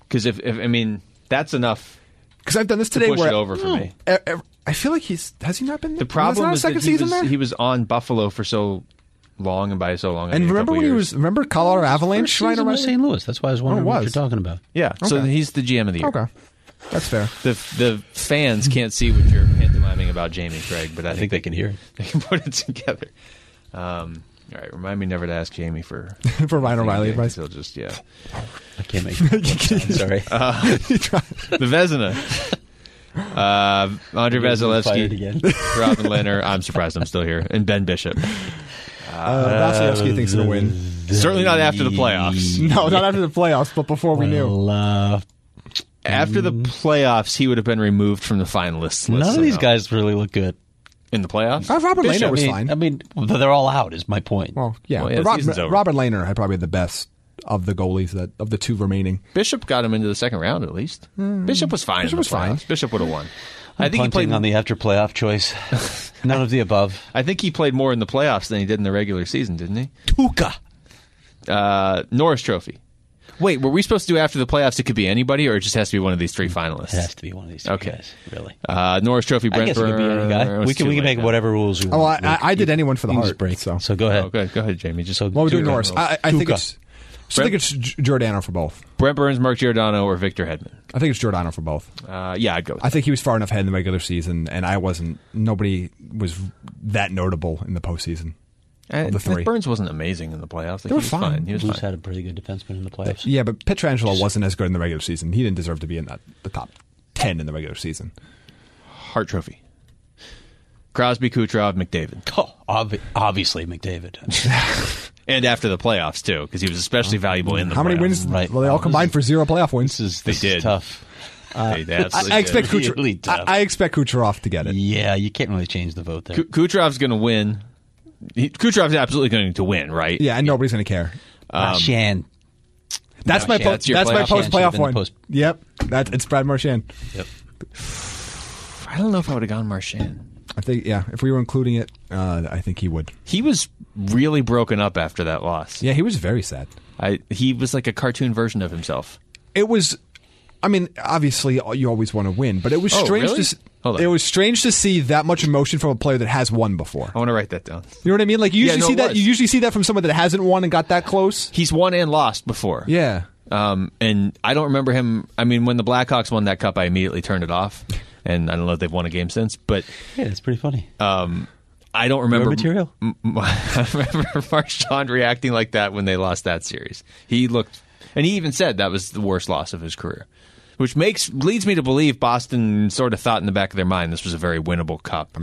S2: Because if, if I mean that's enough
S3: Because I've done this
S2: to
S3: today
S2: push
S3: where
S2: it over for me.
S3: E- e- I feel like he's has he not been there?
S2: The problem
S3: was
S2: was
S3: that
S2: that
S3: his second
S2: he
S3: season
S2: was,
S3: there.
S2: he was on Buffalo for so long, and by so long, I
S3: and
S2: mean a
S3: remember
S2: couple
S3: when he
S2: years.
S3: was remember Colorado Avalanche
S1: First
S3: right
S1: season
S3: around
S1: was St. Louis. That's why I was
S3: Oh,
S1: wondering
S3: it
S1: what you're
S3: was.
S1: talking about.
S2: Yeah, so
S3: Okay.
S2: he's the GM of the year.
S3: Okay, that's fair. [laughs]
S2: The the fans can't see what you're pantomiming about Jamie Craig, but I,
S1: I think they can hear it.
S2: [laughs] they can put it together. Um, all right, remind me never to ask Jamie for
S3: For Ryan O'Reilly
S2: anything, 'cause
S3: advice.
S2: He'll just yeah.
S1: I
S3: [laughs]
S1: can't make it. Sorry.
S2: Uh, The Vezina,
S1: [laughs]
S2: uh, Andre
S1: Fired
S2: Vasilevsky,
S1: again.
S2: Robin Lehner. I'm surprised I'm still here, and Ben Bishop.
S3: Uh, Vasilevsky thinks he'll win. [laughs]
S2: Certainly not after the playoffs.
S3: No, not after the playoffs, but before we knew.
S1: Well, uh,
S2: After the playoffs, he would have been removed from the finalists list.
S1: Mm-hmm. none of these
S2: somehow.
S1: guys really look good.
S2: in the playoffs.
S3: Uh, Robert
S2: Bishop,
S3: Lehner
S2: um,
S3: was
S1: I mean,
S3: fine.
S1: I mean, but they're all out. Is my point.
S3: well, yeah,
S2: Well, yeah,
S3: but
S2: the season's
S3: Rob,
S2: over.
S3: Robert Lehner had probably the best of the goalies that of the two remaining.
S2: Bishop got him into the second round at least.
S1: Mm.
S2: Bishop was fine. in
S3: Bishop
S2: the
S3: was fine.
S2: playoffs. Bishop would have won.
S1: i
S2: I think he played.
S1: on the after playoff
S3: [laughs]
S1: choice. None of the above.
S2: I think he played more in the playoffs than he did in the regular season, didn't he?
S1: Tuca.
S2: Uh, Norris Trophy. Wait, were we supposed to do after the playoffs? It could be anybody, or it just has to be one of these three finalists.
S1: It has to be one of these. Two
S2: Okay.
S1: guys, really.
S2: Uh, Norris Trophy.
S1: I
S2: Brent
S1: guess it could be any guy.
S2: Burns,
S1: We can we
S2: too
S1: can
S2: late
S1: make
S2: now.
S1: whatever rules we
S3: Oh, I,
S1: want.
S3: I, I did anyone for the
S1: You can
S3: heart.
S1: just break.
S3: So,
S1: So. go ahead.
S2: Oh, go ahead, go ahead, Jamie. Just
S1: So
S3: well, we're doing
S1: Tuca.
S3: Norris. I, I think
S1: Tuca.
S3: it's. So I think it's Gi- Giordano for both.
S2: Brent Burns, Mark Giordano, or Victor Hedman.
S3: I think it's Giordano for both.
S2: Uh, yeah, I'd go. With
S3: I
S2: that.
S3: think he was far enough ahead in the regular season, and I wasn't. Nobody was that notable in the postseason.
S2: And
S3: the three.
S2: Burns wasn't amazing in the playoffs. Like,
S3: were
S2: he was
S3: fine.
S2: He was
S1: Blues
S2: fine.
S1: had a pretty good defenseman in the
S3: [laughs]
S1: playoffs.
S3: Yeah, but Petrangelo wasn't as good in the regular season. He didn't deserve to be in that, the top ten in the regular season.
S2: Hart Trophy. Crosby, Kucherov, McDavid.
S1: Oh, obvi-
S3: [laughs]
S1: obviously McDavid.
S2: and after the playoffs too, because he was especially valuable in the.
S3: How many
S2: playoffs.
S3: wins?
S1: Right.
S3: Well, they all combined for zero playoff wins.
S1: this is
S2: They
S1: this
S2: did.
S1: is tough.
S2: They- they absolutely
S3: I, I expect
S2: did.
S1: Really
S3: Kucher-
S1: tough.
S3: I, I expect Kucherov to get it.
S1: Yeah, you can't really change the vote there.
S2: Ku- Kucherov's going to win. He, Kucherov's absolutely going to win, right?
S3: Yeah, and nobody's going to care.
S1: Ah, Marchand.
S3: That's my
S2: Marchand,
S3: po- that's,
S2: that's your
S3: my
S2: playoff-
S3: post
S1: Marchand should've
S3: playoff
S1: been
S3: one.
S1: post-
S3: Yep, that it's Brad Marchand.
S1: Yep.
S2: I don't know if I would have gone Marchand.
S3: I think yeah. If we were including it, uh, I think he would.
S2: He was really broken up after that loss.
S3: Yeah, he was very sad.
S2: I, he was like a cartoon version of himself.
S3: It was. I mean, obviously, uh, you always want to win, but it was
S2: Oh,
S3: strange
S2: really?
S3: to. s-
S2: Hold on.
S3: It was strange to see that much emotion from a player that has won before.
S2: I want to write that down.
S3: You know what I mean? Like you
S2: Yeah,
S3: usually
S2: no,
S3: see
S2: it
S3: that.
S2: was.
S3: You usually see that from someone that hasn't won and got that close.
S2: He's won and lost before.
S3: Yeah.
S2: Um, and I don't remember him. I mean, when the Blackhawks won that cup, I immediately turned it off. And I don't know if they've won a game since, but
S1: Yeah, it's pretty funny.
S2: um, I don't remember
S1: material.
S2: M- m- [laughs] I remember Marchand reacting like that when they lost that series. He looked, and he even said that was the worst loss of his career, which makes leads me to believe Boston sort of thought in the back of their mind this was a very winnable cup.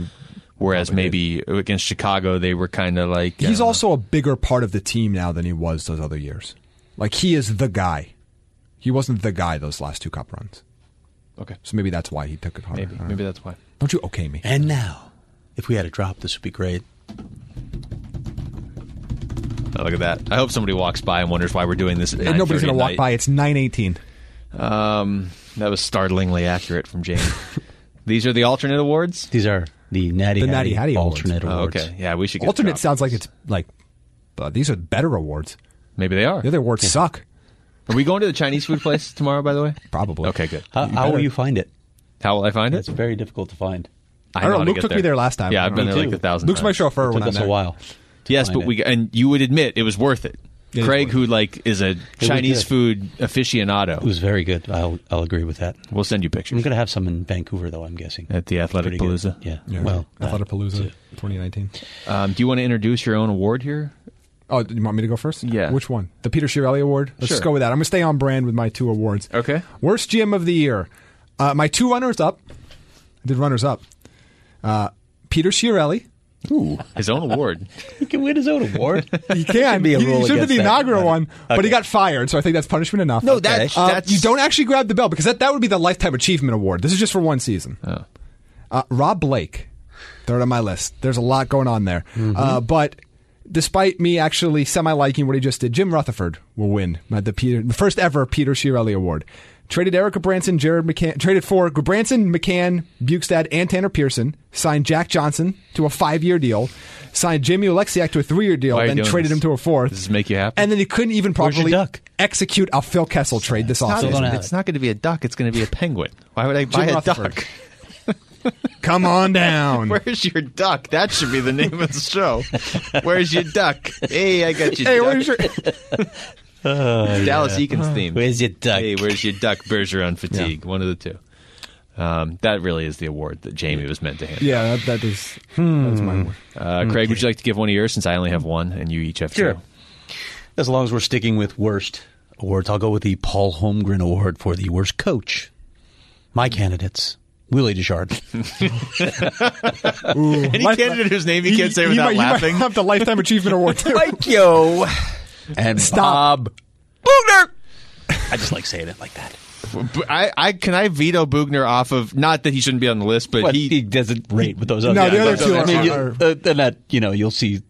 S2: Whereas maybe against Chicago, they were kind of like I
S3: He's
S2: don't know.
S3: also a bigger part of the team now than he was those other years. Like he is the guy. He wasn't the guy those last two cup runs.
S2: okay.
S3: So maybe that's why he took it hard.
S2: Maybe maybe that's why.
S3: Don't you okay me?
S1: And now, if we had a drop, this would be great.
S2: Oh, look at that. I hope somebody walks by and wonders why we're doing this. At
S3: And nobody's
S2: 9:30
S3: gonna
S2: at
S3: walk
S2: night.
S3: by. It's nine eighteen.
S2: Um, that was startlingly accurate
S3: [laughs]
S2: from James. These are the alternate awards.
S1: These are the Natty
S3: The
S1: Hattie
S3: Natty Hattie Awards.
S1: alternate
S2: Oh,
S1: awards.
S2: okay, yeah, we should. Get
S3: Alternate
S2: dropped.
S3: sounds like it's like uh, these are better awards.
S2: Maybe they are.
S3: The other awards suck.
S2: Are we going to the Chinese food
S3: [laughs]
S2: place tomorrow? By the way,
S3: Probably.
S2: Okay, good.
S1: How, how will
S3: better-
S1: you find it?
S2: How will I find
S1: It's
S2: it?
S1: very difficult to find.
S3: I don't
S2: how
S3: know.
S2: to
S3: Luke
S2: get
S3: took me there last time.
S2: Yeah,
S3: I
S2: I've
S3: don't
S2: been
S3: know.
S2: there like a thousand.
S3: Luke's my
S2: times.
S3: chauffeur.
S1: It
S3: when
S1: took
S3: I'm
S1: us
S3: there.
S1: a while. to
S2: Yes,
S1: find
S2: but
S1: it.
S2: we and you would admit it was worth it.
S3: was
S2: Craig,
S3: worth
S2: who like is a
S1: was
S2: Chinese
S1: good.
S2: food
S1: It
S2: aficionado,
S1: was very good. I'll, I'll agree with that.
S2: we'll send you
S1: I'm
S2: pictures
S1: going to have some in Vancouver, though, I'm guessing.
S2: at the Athletic
S1: Pretty good.
S2: Palooza.
S1: Yeah.
S3: Yeah,
S1: Well, uh,
S3: Athletapalooza 2019.
S2: Um, do you want to introduce your own award here?
S3: Oh, do you want me to go first?
S2: Yeah.
S3: Which one? The Peter Shirelli Award? Let's
S2: Sure.
S3: just go with that. I'm going to stay on brand with my two awards.
S2: Okay.
S3: Worst GM of the year. Uh, my two runners up. I did runners up. Uh, Peter Chiarelli.
S2: His
S3: [laughs]
S2: own award.
S1: he can win his own award.
S3: He can. [laughs]
S1: be a
S3: he,
S1: rule
S3: he should have
S1: against
S3: the
S1: that.
S3: inaugural one, but
S1: Okay.
S3: he got fired, so I think that's punishment enough.
S2: No, that-
S3: Uh,
S2: that's-
S3: you don't actually grab the bell because that, that would be the lifetime achievement award. This is just for one season.
S2: Oh.
S3: Uh, Rob Blake, third on my list. There's a lot going on there,
S1: Mm-hmm.
S3: uh, but despite me actually semi liking what he just did, Jim Rutherford will win uh, the Peter, the first ever Peter Chiarelli Award. Traded Erica Branson, Jared McCann, traded for Branson, McCann, Bukestad, and Tanner Pearson. Signed Jack Johnson to a five-year deal. Signed Jamie Oleksiak to a three-year deal.
S2: Why are you
S3: Then
S2: doing
S3: traded
S2: this?
S3: him to a fourth.
S2: Does this make you happy?
S3: And then he couldn't even
S1: Where's your
S3: properly
S1: duck?
S3: execute a Phil Kessel trade this
S2: It's
S3: offseason.
S1: gonna
S2: not-
S1: happen.
S2: it's not going to be a duck. It's going to be a penguin. Why would I buy
S3: Jim
S2: a
S3: Rutherford.
S2: duck?
S3: Come on
S2: [laughs]
S3: down.
S2: Where's your duck? That should be the name of the show. Where's your duck? Hey, I got you.
S3: hey,
S2: duck.
S3: where's
S2: [laughs]
S3: your?
S2: Dallas Eakins theme?
S1: Oh, Where's your duck?
S2: Hey, where's your duck? Bergeron fatigue. One of the two. Um, that really is the award that Jamie was meant to hand.
S3: Yeah, that, that is
S1: Hmm.
S3: that's my word.
S2: Uh, Craig, would you like to give one of yours since I only have one and you each have two?
S1: As long as we're sticking with worst awards, I'll go with the Paul Holmgren Award for the worst coach. My candidates
S3: [laughs]
S1: Willie Desjardins.
S2: Any
S3: Life-
S2: candidate whose name you can't say
S3: You- you
S2: without
S3: might- you might
S2: laughing.
S3: have the lifetime achievement award too.
S1: Mike Yo and
S3: Stop.
S1: Bob Bugner. I just like saying it like that.
S2: B- I, I can I veto Bugner off of not that he shouldn't be on the list, but,
S1: But he,
S2: he,
S1: doesn't rate with those other.
S3: No, the
S1: guys.
S2: other two
S1: I mean,
S2: are-
S1: you,
S3: are-
S1: uh, then that you know you'll see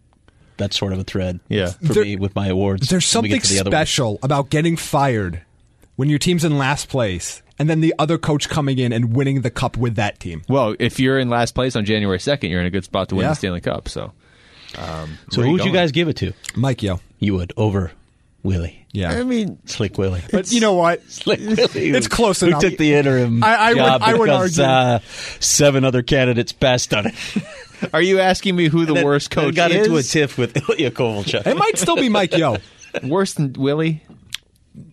S1: that sort of a thread.
S2: Yeah.
S1: for
S3: There-
S1: me with my awards.
S3: There's
S1: when we
S3: something
S1: get to the other ones.
S3: special about getting fired when your team's in last place, and then the other coach coming in and winning the cup with that team.
S2: well, if you're in last place on January second, you're in a good spot to win
S3: Yeah.
S2: the Stanley Cup. So
S1: So
S2: Where
S1: who
S2: you
S1: would you
S2: going?
S1: guys give it to?
S3: Mike, yo,
S1: You would over Willie.
S3: yeah.
S2: I mean,
S1: Slick Willie.
S3: but you know what?
S1: [laughs] Slick Willie.
S3: It's
S1: who-
S3: close
S1: who
S3: enough.
S1: took the interim
S3: I- I would-
S1: job
S3: I would
S1: because
S3: argue.
S1: uh, seven other candidates passed on it.
S2: are you asking me who the
S1: Then-
S2: worst
S1: then
S2: coach
S1: got
S2: is?
S1: into a tiff with [laughs] Ilya Kovalchuk.
S3: It might still be Mike, yo.
S2: Worse than Willie?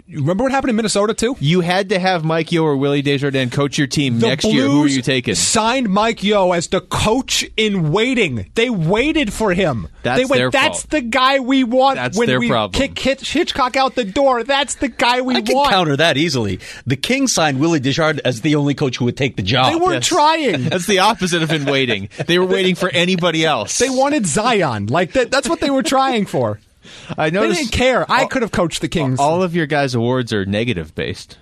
S3: You Remember what happened in Minnesota too?
S2: You had to have Mike Yo or Willie Desjardins coach your team
S3: The
S2: next year. Who are
S3: Blues
S2: you taking?
S3: Signed Mike Yo as the coach in waiting. They waited for him.
S2: That's
S3: they went,
S2: their
S3: That's
S2: fault.
S3: the guy we want.
S2: That's
S3: when
S2: their
S3: we
S2: problem."
S3: kick Hitch- Hitchcock out the door. That's the guy we
S1: I can
S3: want.
S1: counter that easily. The King signed Willie Desjardins as the only coach who would take the job.
S3: They weren't
S2: Oh, Yes. [laughs]
S3: trying.
S2: That's the opposite of in waiting. They were waiting for anybody else.
S3: They wanted Zion. Like that, that's what they were trying
S2: [laughs]
S3: for.
S2: I
S3: They
S2: noticed
S3: didn't care. I could have coached the Kings.
S2: all of your guys' awards are negative based.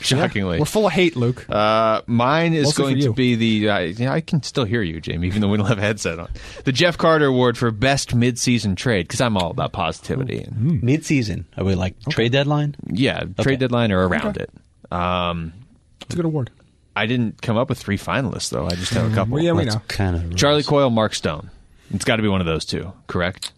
S2: Shockingly,
S3: We're full of hate, Luke.
S2: uh, mine is
S3: Mostly
S2: going
S3: for
S2: to
S3: you.
S2: be the. Uh, yeah, I can still hear you, Jamie, even though we don't have a headset on. The Jeff Carter Award for Best Midseason Trade because I'm all about positivity. and
S3: Mm-hmm.
S1: Mid-season, are we like trade deadline?
S2: Yeah, trade deadline or around it. Um,
S3: It's a good award.
S2: I didn't come up with three finalists though. I just have a couple.
S3: Mm-hmm. Well, yeah, we know.
S1: Kind of
S2: Charlie Coyle, Mark Stone. It's got to be one of those two, correct?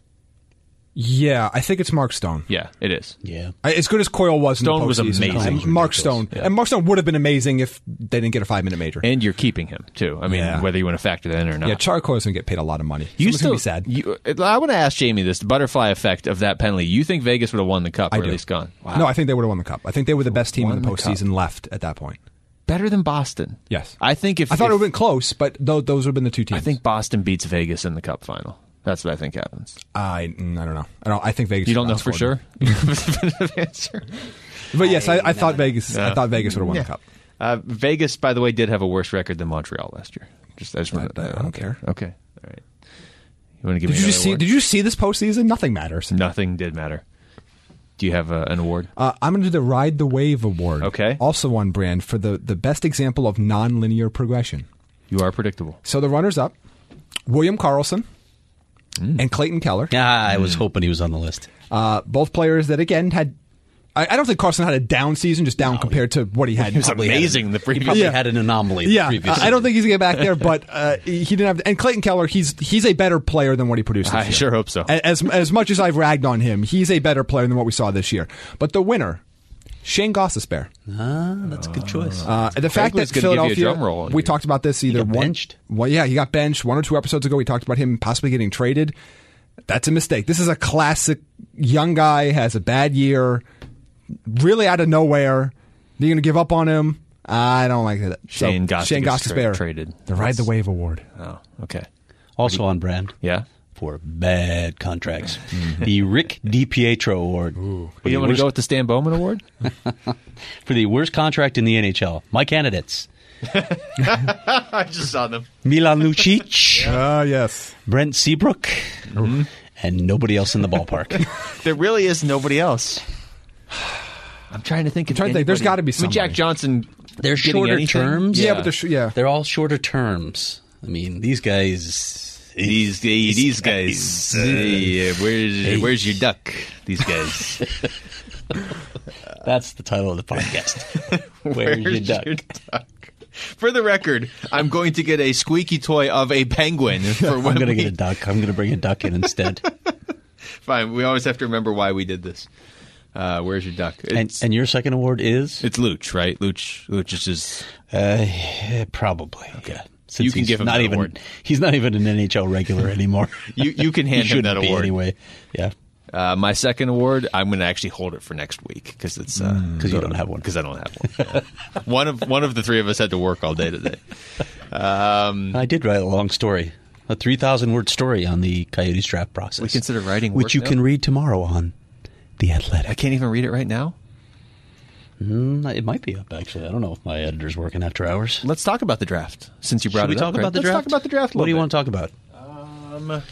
S3: Yeah, I think it's Mark Stone.
S2: Yeah, it is.
S1: Yeah.
S3: I- As good as Coyle was, in
S2: Stone
S3: the
S2: was
S3: postseason.
S2: amazing.
S3: And Mark
S1: Ridiculous.
S3: Stone, and Mark Stone would have been amazing if they didn't get a five minute major.
S2: And you're keeping him too. I mean,
S3: Yeah.
S2: whether you want to factor that in or not.
S3: yeah, Charlie Coyle's gonna get paid a lot of money.
S2: you
S3: Someone's gonna
S2: still
S3: be sad.
S2: You, uh, I want to ask Jamie this: the butterfly effect of that penalty. You think Vegas would have won the cup,
S3: I
S2: or
S3: do.
S2: at least gone?
S3: No, I think they would have won the cup. I think they were the best team in
S2: Won
S3: the
S2: the cup.
S3: postseason left at that point.
S2: better than Boston.
S3: Yes.
S2: I think if
S3: I thought it
S2: if-
S3: would have been close, but tho- those would have been the two teams.
S2: I think Boston beats Vegas in the cup final. That's what I think happens.
S3: I, mm, I don't know. I don't. I think Vegas.
S2: You don't know for
S3: outscored
S2: sure. [laughs]
S3: them. But yes, I, I thought Vegas. I thought Vegas would have won the cup.
S2: Uh, Vegas, by the way, did have a worse record than Montreal last year. Just I, just wanted
S3: I- I
S2: that
S3: don't
S2: out there.
S3: care.
S2: Okay, all right. You want to give
S3: Did you
S2: me? another
S3: just see?
S2: award?
S3: Did you see this postseason? Nothing matters.
S2: Nothing did matter. Do you have uh, an award?
S3: Uh, I'm going to do the Ride the Wave Award.
S2: Okay.
S3: Also on brand for the, the best example of nonlinear progression.
S2: You are predictable.
S3: So the runners up William Carlson
S2: Mm.
S3: and Clayton Keller.
S1: Ah, I
S3: Mm.
S1: was hoping he was on the list.
S3: Uh, both players that, again, had. I, I don't think Carlson had a down season, just down compared to what he had.
S2: It was amazing the
S1: He
S2: previous.
S1: probably
S3: Yeah.
S1: had an anomaly. the
S3: Yeah, uh,
S1: previous
S3: I I don't
S1: season.
S3: think he's gonna get back there, but uh, he didn't have. And Clayton Keller, he's he's a better player than what he produced. This
S2: I
S3: year.
S2: sure hope so.
S3: A- As as much as I've ragged on him, he's a better player than what we saw this year. But the winner, Shane Gossesbear.
S1: Ah, that's a good choice.
S3: Uh, the fact
S2: was
S3: that
S2: gonna give you
S3: Philadelphia,
S2: a drum roll.
S3: we talked about this either
S1: got
S3: one,
S1: benched.
S3: Well, yeah, he got benched one or two episodes ago. We talked about him possibly getting traded. That's a mistake. This is a classic young guy has a bad year, really out of nowhere. You're going to give up on him. I don't like that. So,
S2: Shane Goss
S3: Shane
S2: gets tra-
S3: Gossespierre,
S2: traded.
S3: the Ride the
S2: That's-
S3: Wave Award.
S2: [laughs] Oh, okay.
S1: also on brand
S2: Yeah. Mm-hmm.
S1: for bad contracts. the Rick DiPietro Award. For
S2: You
S1: the,
S2: don't want
S1: worst,
S2: to go with the Stan Bowman Award?
S1: for the worst contract in the NHL. My candidates.
S2: I [laughs] just saw them.
S1: Milan
S2: [laughs]
S1: Lucic,
S2: Uh,
S3: Ah, yes.
S1: Brent Seabrook,
S2: Mm-hmm.
S1: and nobody else in
S2: [laughs]
S1: the ballpark.
S2: There really is nobody else. I'm trying to think. I'm
S3: trying to think. There's gotta be
S2: I mean, Jack
S3: somebody.
S2: Johnson.
S1: They're
S2: getting
S1: shorter
S2: anything?
S1: terms.
S3: Yeah, but they're sh- yeah.
S1: They're all shorter terms. I mean, these guys.
S2: These these, these guys.
S1: guys, uh,
S2: Yeah, where's where's your duck? These [laughs] guys.
S1: That's the title of the
S2: [laughs]
S1: podcast. Where's your duck?
S2: duck? For the record, I'm going to get a squeaky toy of
S3: [laughs]
S2: a penguin for
S1: I'm
S2: when
S1: gonna
S2: we,
S1: get a duck. I'm gonna bring a duck in instead.
S2: [laughs] fine. We always have to remember why we did this. Uh, where's your duck? [laughs]
S1: and,
S2: It's,
S1: and your second award is
S2: it's Luch, right? Luch, Luch is just
S1: uh, yeah, probably. Yeah. Since
S2: You can
S1: he's
S2: give him
S1: not
S2: that
S1: even
S2: award.
S1: he's not even an NHL regular anymore.
S2: You- you can hand him
S1: [laughs] he shouldn't
S2: that
S1: be
S2: award.
S1: anyway. Yeah.
S2: Uh, my second award, I'm going to actually hold it for next week because it's because
S1: 'Cause you don't have one.
S2: Because I don't have one. [laughs] one of one of the three of us had to work all day today.
S1: I did write a long story, a 3,000 word story on the Coyotes draft process.
S2: We consider writing work
S1: Which you
S2: now?
S1: can read tomorrow on The
S2: I
S1: Athletic.
S2: can't even read it right now.
S1: Mm, It might be up, actually. I don't know if my editor's working after hours.
S2: Let's talk about the draft since you brought
S1: Should we
S2: it
S1: talk
S2: up.
S1: about
S2: right?
S1: the
S2: Let's
S1: draft?
S2: talk about the draft. a
S1: What do you
S2: little Um,
S1: want to talk about?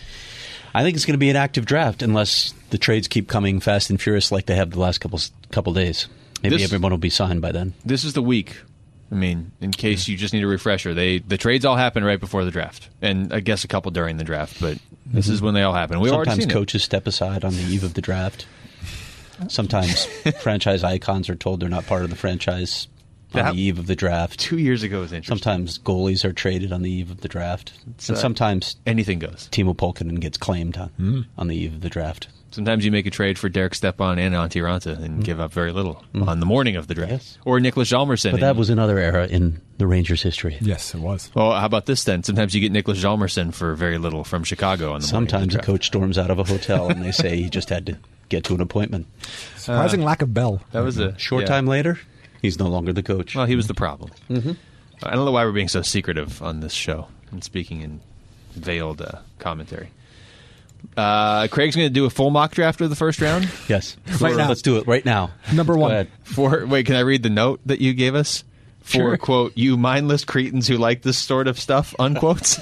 S1: I think it's going to be an active draft unless the trades keep coming fast and furious like they have the last couple couple days. Maybe
S2: This-
S1: everyone will be signed by then.
S2: this is the week. I mean, in case you just need a refresher, they the trades all happen right before the draft, and I guess a couple during the draft. But this is when they all happen. We already
S1: Sometimes
S2: seen it.
S1: coaches step aside on the eve of the draft. Sometimes franchise icons are told they're not part of the franchise
S2: That-
S1: on the eve of the draft.
S2: two years ago was interesting.
S1: Sometimes goalies are traded on the eve of the draft, and
S2: uh,
S1: sometimes
S2: anything goes.
S1: Timo Polkinen gets claimed on, on the eve of the draft.
S2: Sometimes you make a trade for Derek Stepan and Antiranta and give up very little on the morning of the draft,
S1: Mm. Yes.
S2: or Nicholas Jalmerson.
S1: But that was another era in the Rangers' history.
S3: Yes, it was.
S2: Well, Oh, how about this then? Sometimes you get Nicholas Jalmerson for very little from Chicago on the morning of
S1: Sometimes
S2: the
S1: a
S2: draft.
S1: coach storms out of a hotel and they say he just had to get to an appointment.
S3: Surprising lack of bell.
S2: That was a
S1: Short
S2: yeah.
S1: time later, he's no longer the coach.
S2: Well, he was the problem. Mm-hmm. I don't know why we're being so secretive on this show and speaking in veiled uh, commentary. Uh, Craig's going to do a full mock draft of the first round.
S1: yes,
S3: Right now.
S1: let's do it right now.
S3: Number
S1: Go
S3: one.
S1: ahead.
S2: For wait, can I read the note that you gave us? For
S1: Sure.
S2: quote, you mindless cretins who like this sort of stuff, unquotes.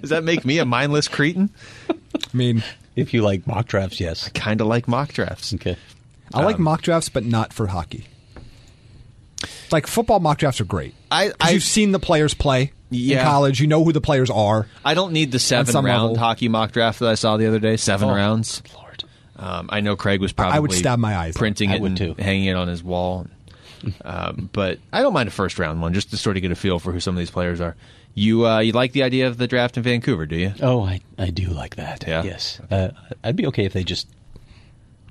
S2: Does that make me a mindless cretin?
S3: I mean,
S1: If you like mock drafts, yes.
S2: Kind of like mock drafts.
S1: Okay.
S3: I like mock drafts, but not for hockey. Like football mock drafts are great.
S2: I-
S3: 'Cause
S2: I-
S3: you've seen the players play
S2: Yeah.
S3: in college. You know who the players are.
S2: I don't need the seven
S3: some
S2: round
S3: level.
S2: hockey mock draft that I saw the other day. Seven
S1: Oh.
S2: rounds.
S1: Lord.
S2: Um, I know Craig was probably
S3: I would stab my eyes out.
S2: printing
S1: I
S2: it
S1: would
S2: and
S1: too.
S2: hanging it on his wall. Um, but I don't mind a first round one just to sort of get a feel for who some of these players are. You uh, you like the idea of the draft in Vancouver, do you?
S1: Oh, I, I do like that.
S2: Yeah?
S1: Yes. Uh, I'd be okay if they just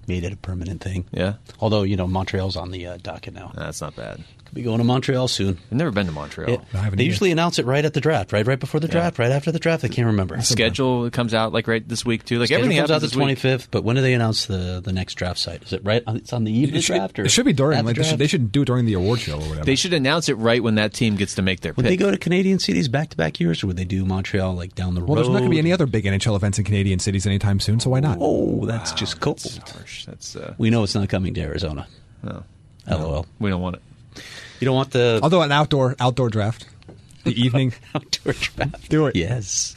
S1: made it a permanent thing.
S2: Yeah.
S1: Although, you know, Montreal's on the uh, docket now.
S2: That's not bad.
S1: Could be going to Montreal soon.
S2: I've never been to Montreal.
S1: It-
S3: I haven't
S1: they
S3: either.
S1: usually announce it right at the draft, right right before the draft, right after the draft. I can't remember.
S2: Schedule comes out like right this week too. Like
S1: Schedule
S2: everything
S1: comes out
S2: happens
S1: the
S2: this week.
S1: 25th, but when do they announce the, the next draft site? Is it right? on- It's on the eve of the
S3: It should,
S1: draft? Or
S3: it should be during.
S1: at the
S3: Like they should,
S1: draft?
S3: they should do it during the award show or whatever.
S2: They should announce it right when that team gets to make their
S1: Would
S2: pick.
S1: they go to Canadian cities back to back years, or would they do Montreal like down the
S3: well,
S1: road?
S3: there's not going to be any other big NHL events in Canadian cities anytime soon, so why not?
S1: Oh, that's just cold.
S2: That's harsh. That's uh,
S1: We know it's not coming to Arizona.
S2: no.
S1: LOL.
S2: We don't want it.
S1: You don't want the
S3: Although an outdoor outdoor draft, the [laughs]
S2: [laughs]
S3: evening.
S1: outdoor draft.
S3: Do it.
S1: Yes.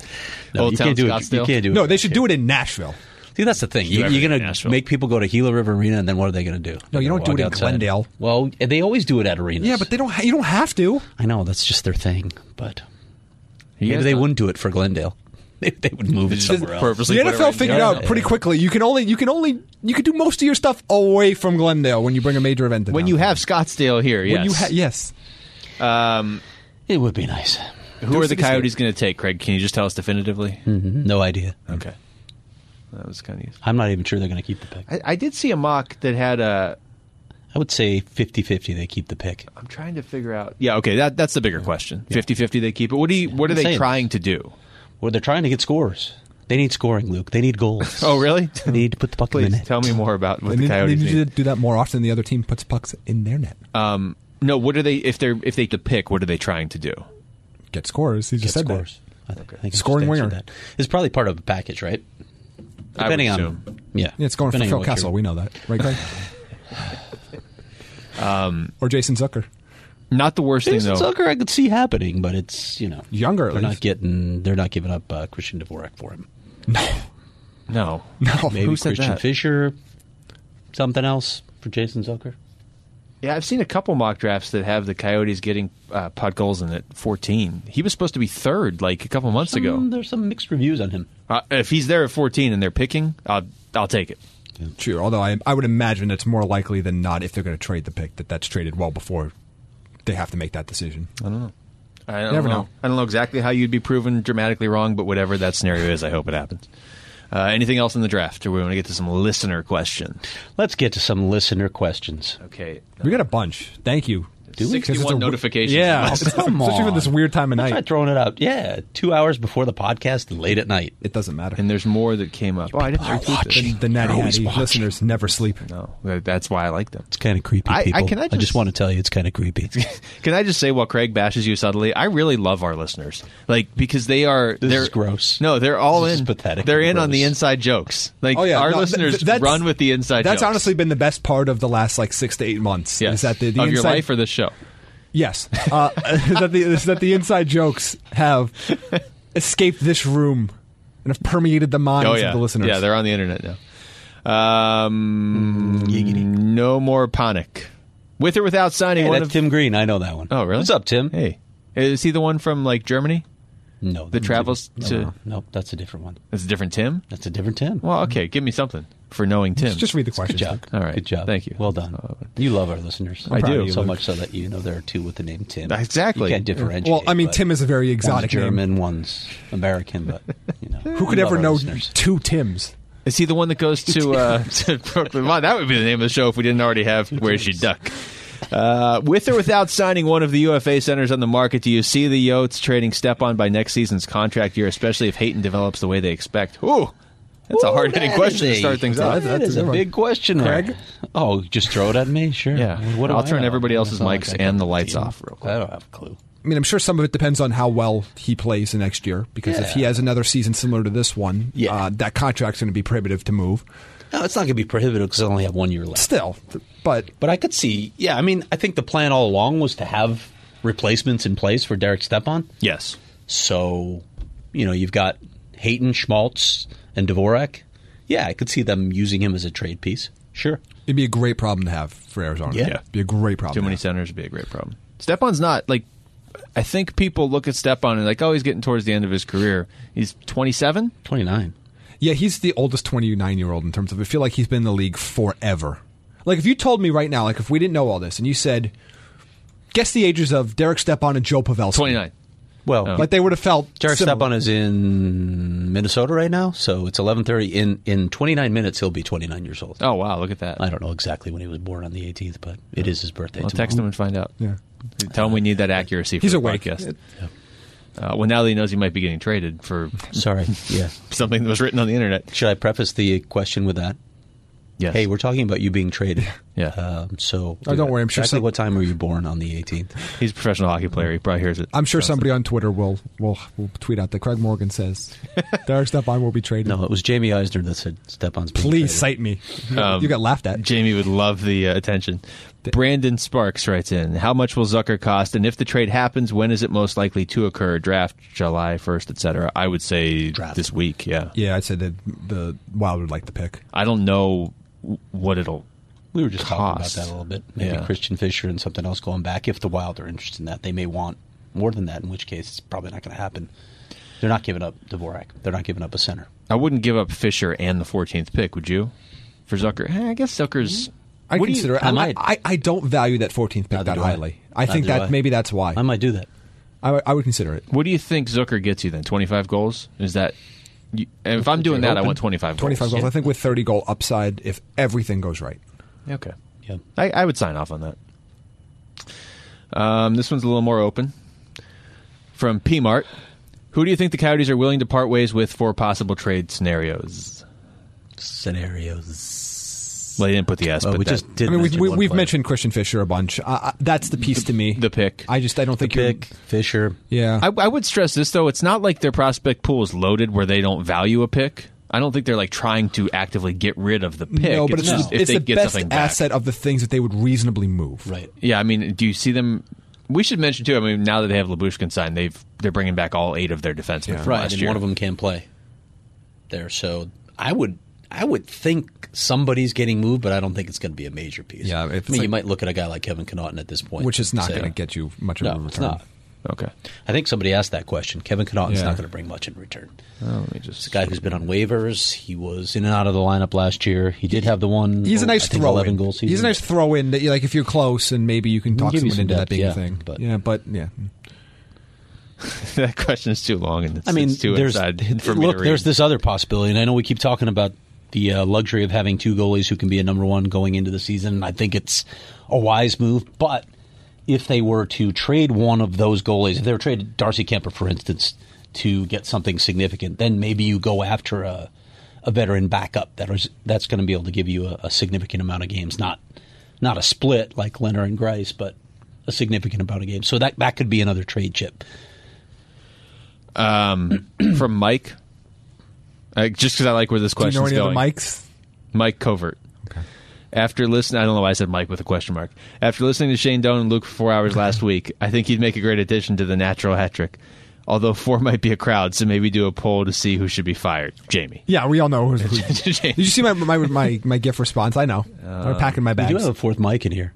S2: Old
S1: you
S2: Town
S1: can't do it. You
S2: Scottsdale?
S1: can't do it.
S3: no, they should do it in Nashville.
S1: See, that's the thing. You,
S2: everything
S1: you're
S2: in
S1: going to
S2: Nashville.
S1: make people go to Gila River Arena, and then what are they going to do?
S3: No, you
S1: They're
S3: don't do
S1: gonna
S3: it
S1: walk
S3: in Glendale.
S1: Well, they always do it at arenas.
S3: Yeah, but they don't. Ha- you don't have to.
S1: I know that's just their thing. But maybe
S2: guys
S1: they
S2: not-
S1: wouldn't do it for Glendale. [laughs] Maybe they would move it somewhere else.
S2: Purposely
S3: the
S2: put it
S3: NFL
S2: right
S3: figured
S2: there.
S3: out pretty quickly. You can only you can only you can do most of your stuff away from Glendale when you bring a major event. To
S2: when
S3: town.
S2: you have Scottsdale here. Yes. Um,
S3: when you ha- yes.
S1: It would be nice.
S2: Who are the
S3: There's-
S2: Coyotes going to take, Craig? Can you just tell us definitively?
S3: Mm-hmm.
S1: No idea.
S2: Okay. That was kind of useful.
S1: I'm not even sure they're going to keep the pick.
S2: I, I did see a mock that had a.
S1: I would say 50-50 they keep the pick.
S2: I'm trying to figure out. Yeah, okay, that that's the bigger question. 50-50 they keep it. What do you, what are
S1: I'm
S2: they
S1: saying.
S2: trying to do?
S1: Well, they're trying to get scores. They need scoring, Luke. They need
S2: [laughs]
S1: goals.
S2: Oh, really?
S1: [laughs] They need to put the puck in the
S2: Please
S1: net.
S2: tell me more about what
S3: They
S2: the
S3: need, they
S2: Coyotes
S3: need Uh, to
S2: need.
S3: do that more often. The other team puts pucks in their net.
S2: No, what are they if they're if they have to pick, what are they trying to do?
S3: Get scores. He
S1: Get
S3: just said
S1: scores. I think, I think I just
S3: Scoring
S1: answered
S3: winger.
S1: That. It's probably part of a package, right?
S2: I would
S1: Depending on
S2: assume.
S1: yeah,
S3: that. Yeah, it's going
S1: Depending
S3: for
S1: on
S3: Phil
S1: what your-
S3: Kessel. We know that, right, Greg? [laughs] um, or Jason [laughs] Zucker.
S2: Not the worst
S1: Jason
S2: thing though.
S1: Zucker, I could see happening, but it's you know
S3: Younger, at
S1: They're not
S3: least.
S1: getting. They're not giving up uh, Christian Dvorak for
S3: [laughs]
S1: him.
S2: No.
S3: No,
S1: Maybe
S2: Who said
S1: Christian
S2: that?
S1: Fisher, something else for Jason Zucker.
S2: Yeah, I've seen a couple mock drafts that have the Coyotes getting uh, Pod Golzin at 14. He was supposed to be third like a couple months
S1: Um,
S2: ago.
S1: there's some mixed reviews on him.
S2: Uh, if he's there at 14 and they're picking, I'll, I'll take it.
S3: True. Although I, I would imagine it's more likely than not if they're going to trade the pick that that's traded well before they have to make that decision.
S2: I don't
S3: Never
S2: know.
S3: know.
S2: I don't know exactly how you'd be proven dramatically wrong, but whatever that scenario is, I hope it happens. Uh, anything else in the draft? Or we want to get to some listener questions?
S1: Let's get to some listener questions.
S2: Okay.
S3: We got a bunch. Thank you.
S2: Do we?
S3: 'Cause it's
S2: 61
S3: a-
S2: notifications.
S3: Yeah,
S1: Come
S3: especially for
S1: on.
S3: this weird time of
S1: That's
S3: night.
S1: not throwing it out. Yeah, two hours before the podcast, late at night.
S3: It doesn't matter.
S2: And there's more that came up. Oh, I didn't retweet this.
S3: the, the natty natty listeners never sleep.
S2: No, that- that's why I like them.
S1: It's kind of creepy.
S2: I- I-
S1: people.
S2: can I just-
S1: want to tell you, it's kind of
S2: [laughs]
S1: creepy.
S2: Can I just say while Craig bashes you subtly, I really love our listeners. Like because they are
S1: This
S2: they're
S1: is gross.
S2: No, they're all
S1: This
S2: in
S1: is pathetic
S2: They're
S1: and
S2: in on
S1: gross.
S2: the inside jokes. Like
S3: Oh yeah,
S2: our
S3: no, th-
S2: listeners
S3: th- that's-
S2: run with the inside
S3: That's
S2: jokes.
S3: honestly been the best part of the last like six to eight months.
S2: yes.
S3: Is that the, the
S2: of
S3: inside,
S2: your life or the show.
S3: [laughs] yes? Uh, [laughs] is that the is that the inside jokes have escaped this room and have permeated the minds
S2: Oh yeah.
S3: of the listeners?
S2: Yeah, they're on the internet now. Um, no more panic. With or without signing
S1: Hey,
S2: one
S1: that's
S2: of
S1: Tim Green. I know that one.
S2: Oh really?
S1: What's up, Tim?
S2: Hey. Is he the one from like Germany?
S1: No,
S2: That travels
S1: no,
S2: to-
S1: no, nope. That's a different one.
S2: That's a different Tim?
S1: That's a different Tim.
S2: Well, okay, give me something for knowing Tim.
S3: Just read the
S1: Good
S3: question.
S1: job.
S2: All right.
S1: Good job.
S2: Thank you. Uh,
S1: Well done. You love our listeners.
S2: I
S1: Proud
S2: do.
S1: of you, so
S2: Luke.
S1: much so that you know there are two with the name Tim.
S2: Exactly.
S1: You can't differentiate.
S3: Well, I mean,
S1: but
S3: Tim is a very exotic
S1: one's German, one's American, but you know,
S3: name. [laughs] Who could ever know two Tims?
S2: Is he the one that goes to, uh, [laughs] to Brooklyn? Wow, that would be the name of the show if we didn't already have Where She Duck. Uh, with or without signing one of the UFA centers on the market, do you see the Yotes trading Stepan by next season's contract year, especially if Hayton develops the way they expect? Ooh, that's a hard hitting question to start things off.
S1: That is a big question, mark.
S3: Craig?
S1: Oh, just throw it at me. Sure.
S2: Yeah.
S1: What do
S2: I'll
S1: I
S2: turn
S1: know?
S2: everybody else's
S1: It's not
S2: mics
S1: I
S2: and
S1: can
S2: the lights
S1: deal.
S2: off real quick.
S1: I don't have a clue.
S3: I mean, I'm sure some of it depends on how well he plays the next year. Because if he
S1: Yeah.
S3: has another season similar to this one,
S1: Yeah.
S3: uh, that contract's going to be prohibitive to move.
S1: No, it's not going to be prohibited because I only have one year left.
S3: Still, but
S1: But I could see, yeah, I mean, I think the plan all along was to have replacements in place for Derek Stepan.
S2: Yes.
S1: So, you know, you've got Hayton, Schmaltz, and Dvorak. Yeah, I could see them using him as a trade piece. Sure.
S3: it'd be a great problem to have for Arizona.
S1: Yeah.
S3: It'd be a great problem.
S2: Too
S3: to
S2: many
S3: have.
S2: centers would be a great problem. Stepan's not like I think people look at Stepan and like, oh, he's getting towards the end of his career. He's twenty seven.
S1: 29.
S3: Yeah, he's the oldest 29 year old in terms of. I feel like he's been in the league forever. Like if you told me right now, like if we didn't know all this, and you said, guess the ages of Derek Stepan and Joe Pavelski,
S2: 29.
S1: Well,
S3: like they would have felt
S1: Derek
S3: similar.
S1: Stepan is in Minnesota right now, so it's 11:30. In in 29 minutes, he'll be 29 years old.
S2: Oh, wow. Look at that.
S1: I don't know exactly when he was born on the 18th, but it is his birthday.
S2: I'll
S1: tomorrow.
S2: text him and find out.
S3: Yeah.
S2: Tell him we need that accuracy for
S3: He's
S2: the
S3: awake.
S2: podcast. Uh, well, now that he knows he might be getting traded for [laughs]
S1: Sorry. Yeah.
S3: [laughs]
S2: something that was written on the internet.
S1: Should I preface the question with that?
S2: Yes.
S1: Hey, we're talking about you being traded.
S2: Yeah.
S1: Um, so.
S3: Oh, don't worry, I'm sure
S1: Exactly
S3: some-
S1: what time were you born on the 18th?
S2: He's a professional hockey player. He probably hears it.
S3: I'm sure somebody on Twitter will will will tweet out that Craig Morgan
S1: [laughs]
S3: says Derek Stepan will be traded.
S1: No, it was Jamie Eisner that said Stepan's. being
S3: Please
S1: traded.
S3: cite me.
S2: Um,
S3: you got laughed at.
S2: Jamie would love the uh, attention. Brandon Sparks writes in How much will Zucker cost? And if the trade happens, when is it most likely to occur? Draft, July 1st, etc. I would say
S1: Draft.
S2: this week, yeah.
S3: yeah, I'd say that the Wild would like the pick.
S2: I don't know w- what it'll.
S1: We were just talking about
S2: Cost.
S1: that a little bit. Maybe
S2: Yeah.
S1: Christian Fisher and something else going back. If the Wild are interested in that, they may want more than that. In which case, it's probably not going to happen. They're not giving up Dvorak. They're not giving up a center.
S2: I wouldn't give up Fisher and the 14th pick, would you? For Zucker? Eh, I guess Zucker's.
S3: I
S2: What do you-
S3: consider it.
S1: I
S3: I,
S1: might.
S3: I, I don't value that 14th pick
S1: Neither
S3: that
S1: do I.
S3: highly. I, think that
S1: Neither do I.
S3: maybe that's why.
S1: I might do that.
S3: I, I would consider it.
S2: What do you think Zucker gets you then? 25 goals? Is that. You, and if I'm doing that, I want 25 goals.
S3: 25 goals. I think with 30 goal upside, if everything goes right.
S2: Okay.
S1: Yeah.
S2: I, I would sign off on that. Um, this one's a little more open. From P Mart. Who do you think the Coyotes are willing to part ways with for possible trade scenarios?
S1: Scenarios.
S2: Well, they didn't put the S,
S1: Well,
S2: but
S1: we
S2: that-
S1: just did.
S3: I mean, we've,
S1: mention
S3: we,
S1: one
S3: we've
S1: player.
S3: mentioned Christian Fisher a bunch. Uh, uh, that's the piece to me.
S2: the pick.
S3: I just I don't think you're.
S1: Pick Fisher.
S3: Yeah.
S2: I, I would stress this though. It's not like their prospect pool is loaded where they don't value a pick. I don't think they're like trying to actively get rid of the pick.
S3: no, but it's,
S2: just
S3: the,
S2: if
S3: it's
S2: they
S3: the
S2: get
S3: best
S2: something back.
S3: asset of the things that they would reasonably move.
S1: Right.
S2: Yeah, I mean, do you see them? We should mention too. I mean, now that they have Labushkin signed, they've they're bringing back all eight of their defensemen from
S1: Right.
S2: last
S1: and
S2: year.
S1: one of them can't play there. So I would. I would think somebody's getting moved, but I don't think it's going to be a major piece.
S3: Yeah,
S1: I mean,
S3: if it's
S1: you
S3: like-
S1: might look at a guy like Kevin Connaughton at this point,
S3: Which is not
S1: and say,
S3: going to get you much of a
S1: No,
S3: return.
S1: it's not.
S2: Okay,
S1: I think somebody asked that question. Kevin Connaughton's
S3: Yeah.
S1: not going to bring much in return.
S2: Oh, let me just
S1: It's a guy who's been on waivers. He was in and out of the lineup last year. He did have the one.
S3: He's a nice
S1: I think,
S3: throw.
S1: Eleven
S3: in.
S1: goal season.
S3: He's a nice throw in that you like if you're close and maybe you can talk
S1: Give you
S3: someone into
S1: some depth,
S3: that being
S1: yeah,
S3: a thing.
S1: but-
S3: yeah, but yeah,
S2: [laughs] that question is too long and it's,
S1: I mean,
S2: it's too
S1: there's
S2: inside [laughs] for me
S1: look.
S2: to read.
S1: There's this other possibility, and I know we keep talking about the uh, luxury of having two goalies who can be a number one going into the season. And I think it's a wise move, but if they were to trade one of those goalies, if they were traded Darcy Kemper, for instance, to get something significant, then maybe you go after a a veteran backup that is that's going to be able to give you a, a significant amount of games, not not a split like Leonard and Grice, but a significant amount of games. So that that could be another trade chip.
S2: Um, from Mike. Uh, just because I like where this
S3: Do you
S2: question
S3: know
S2: is
S3: any
S2: going.
S3: other mics?
S2: Mike Covert. After listening, I don't know why I said Mike with a question mark. After listening to Shane Doan and Luke for four hours last week, I think he'd make a great addition to the natural hat trick. Although four [laughs] might be a crowd, so maybe do a poll to see who should be fired. Jamie.
S3: Yeah, we all know
S2: [laughs]
S3: who's. who. Did you see my my my, my gift response? I know.
S2: Uh,
S3: I'm packing my
S1: We
S3: bags.
S1: do have a fourth mic in here.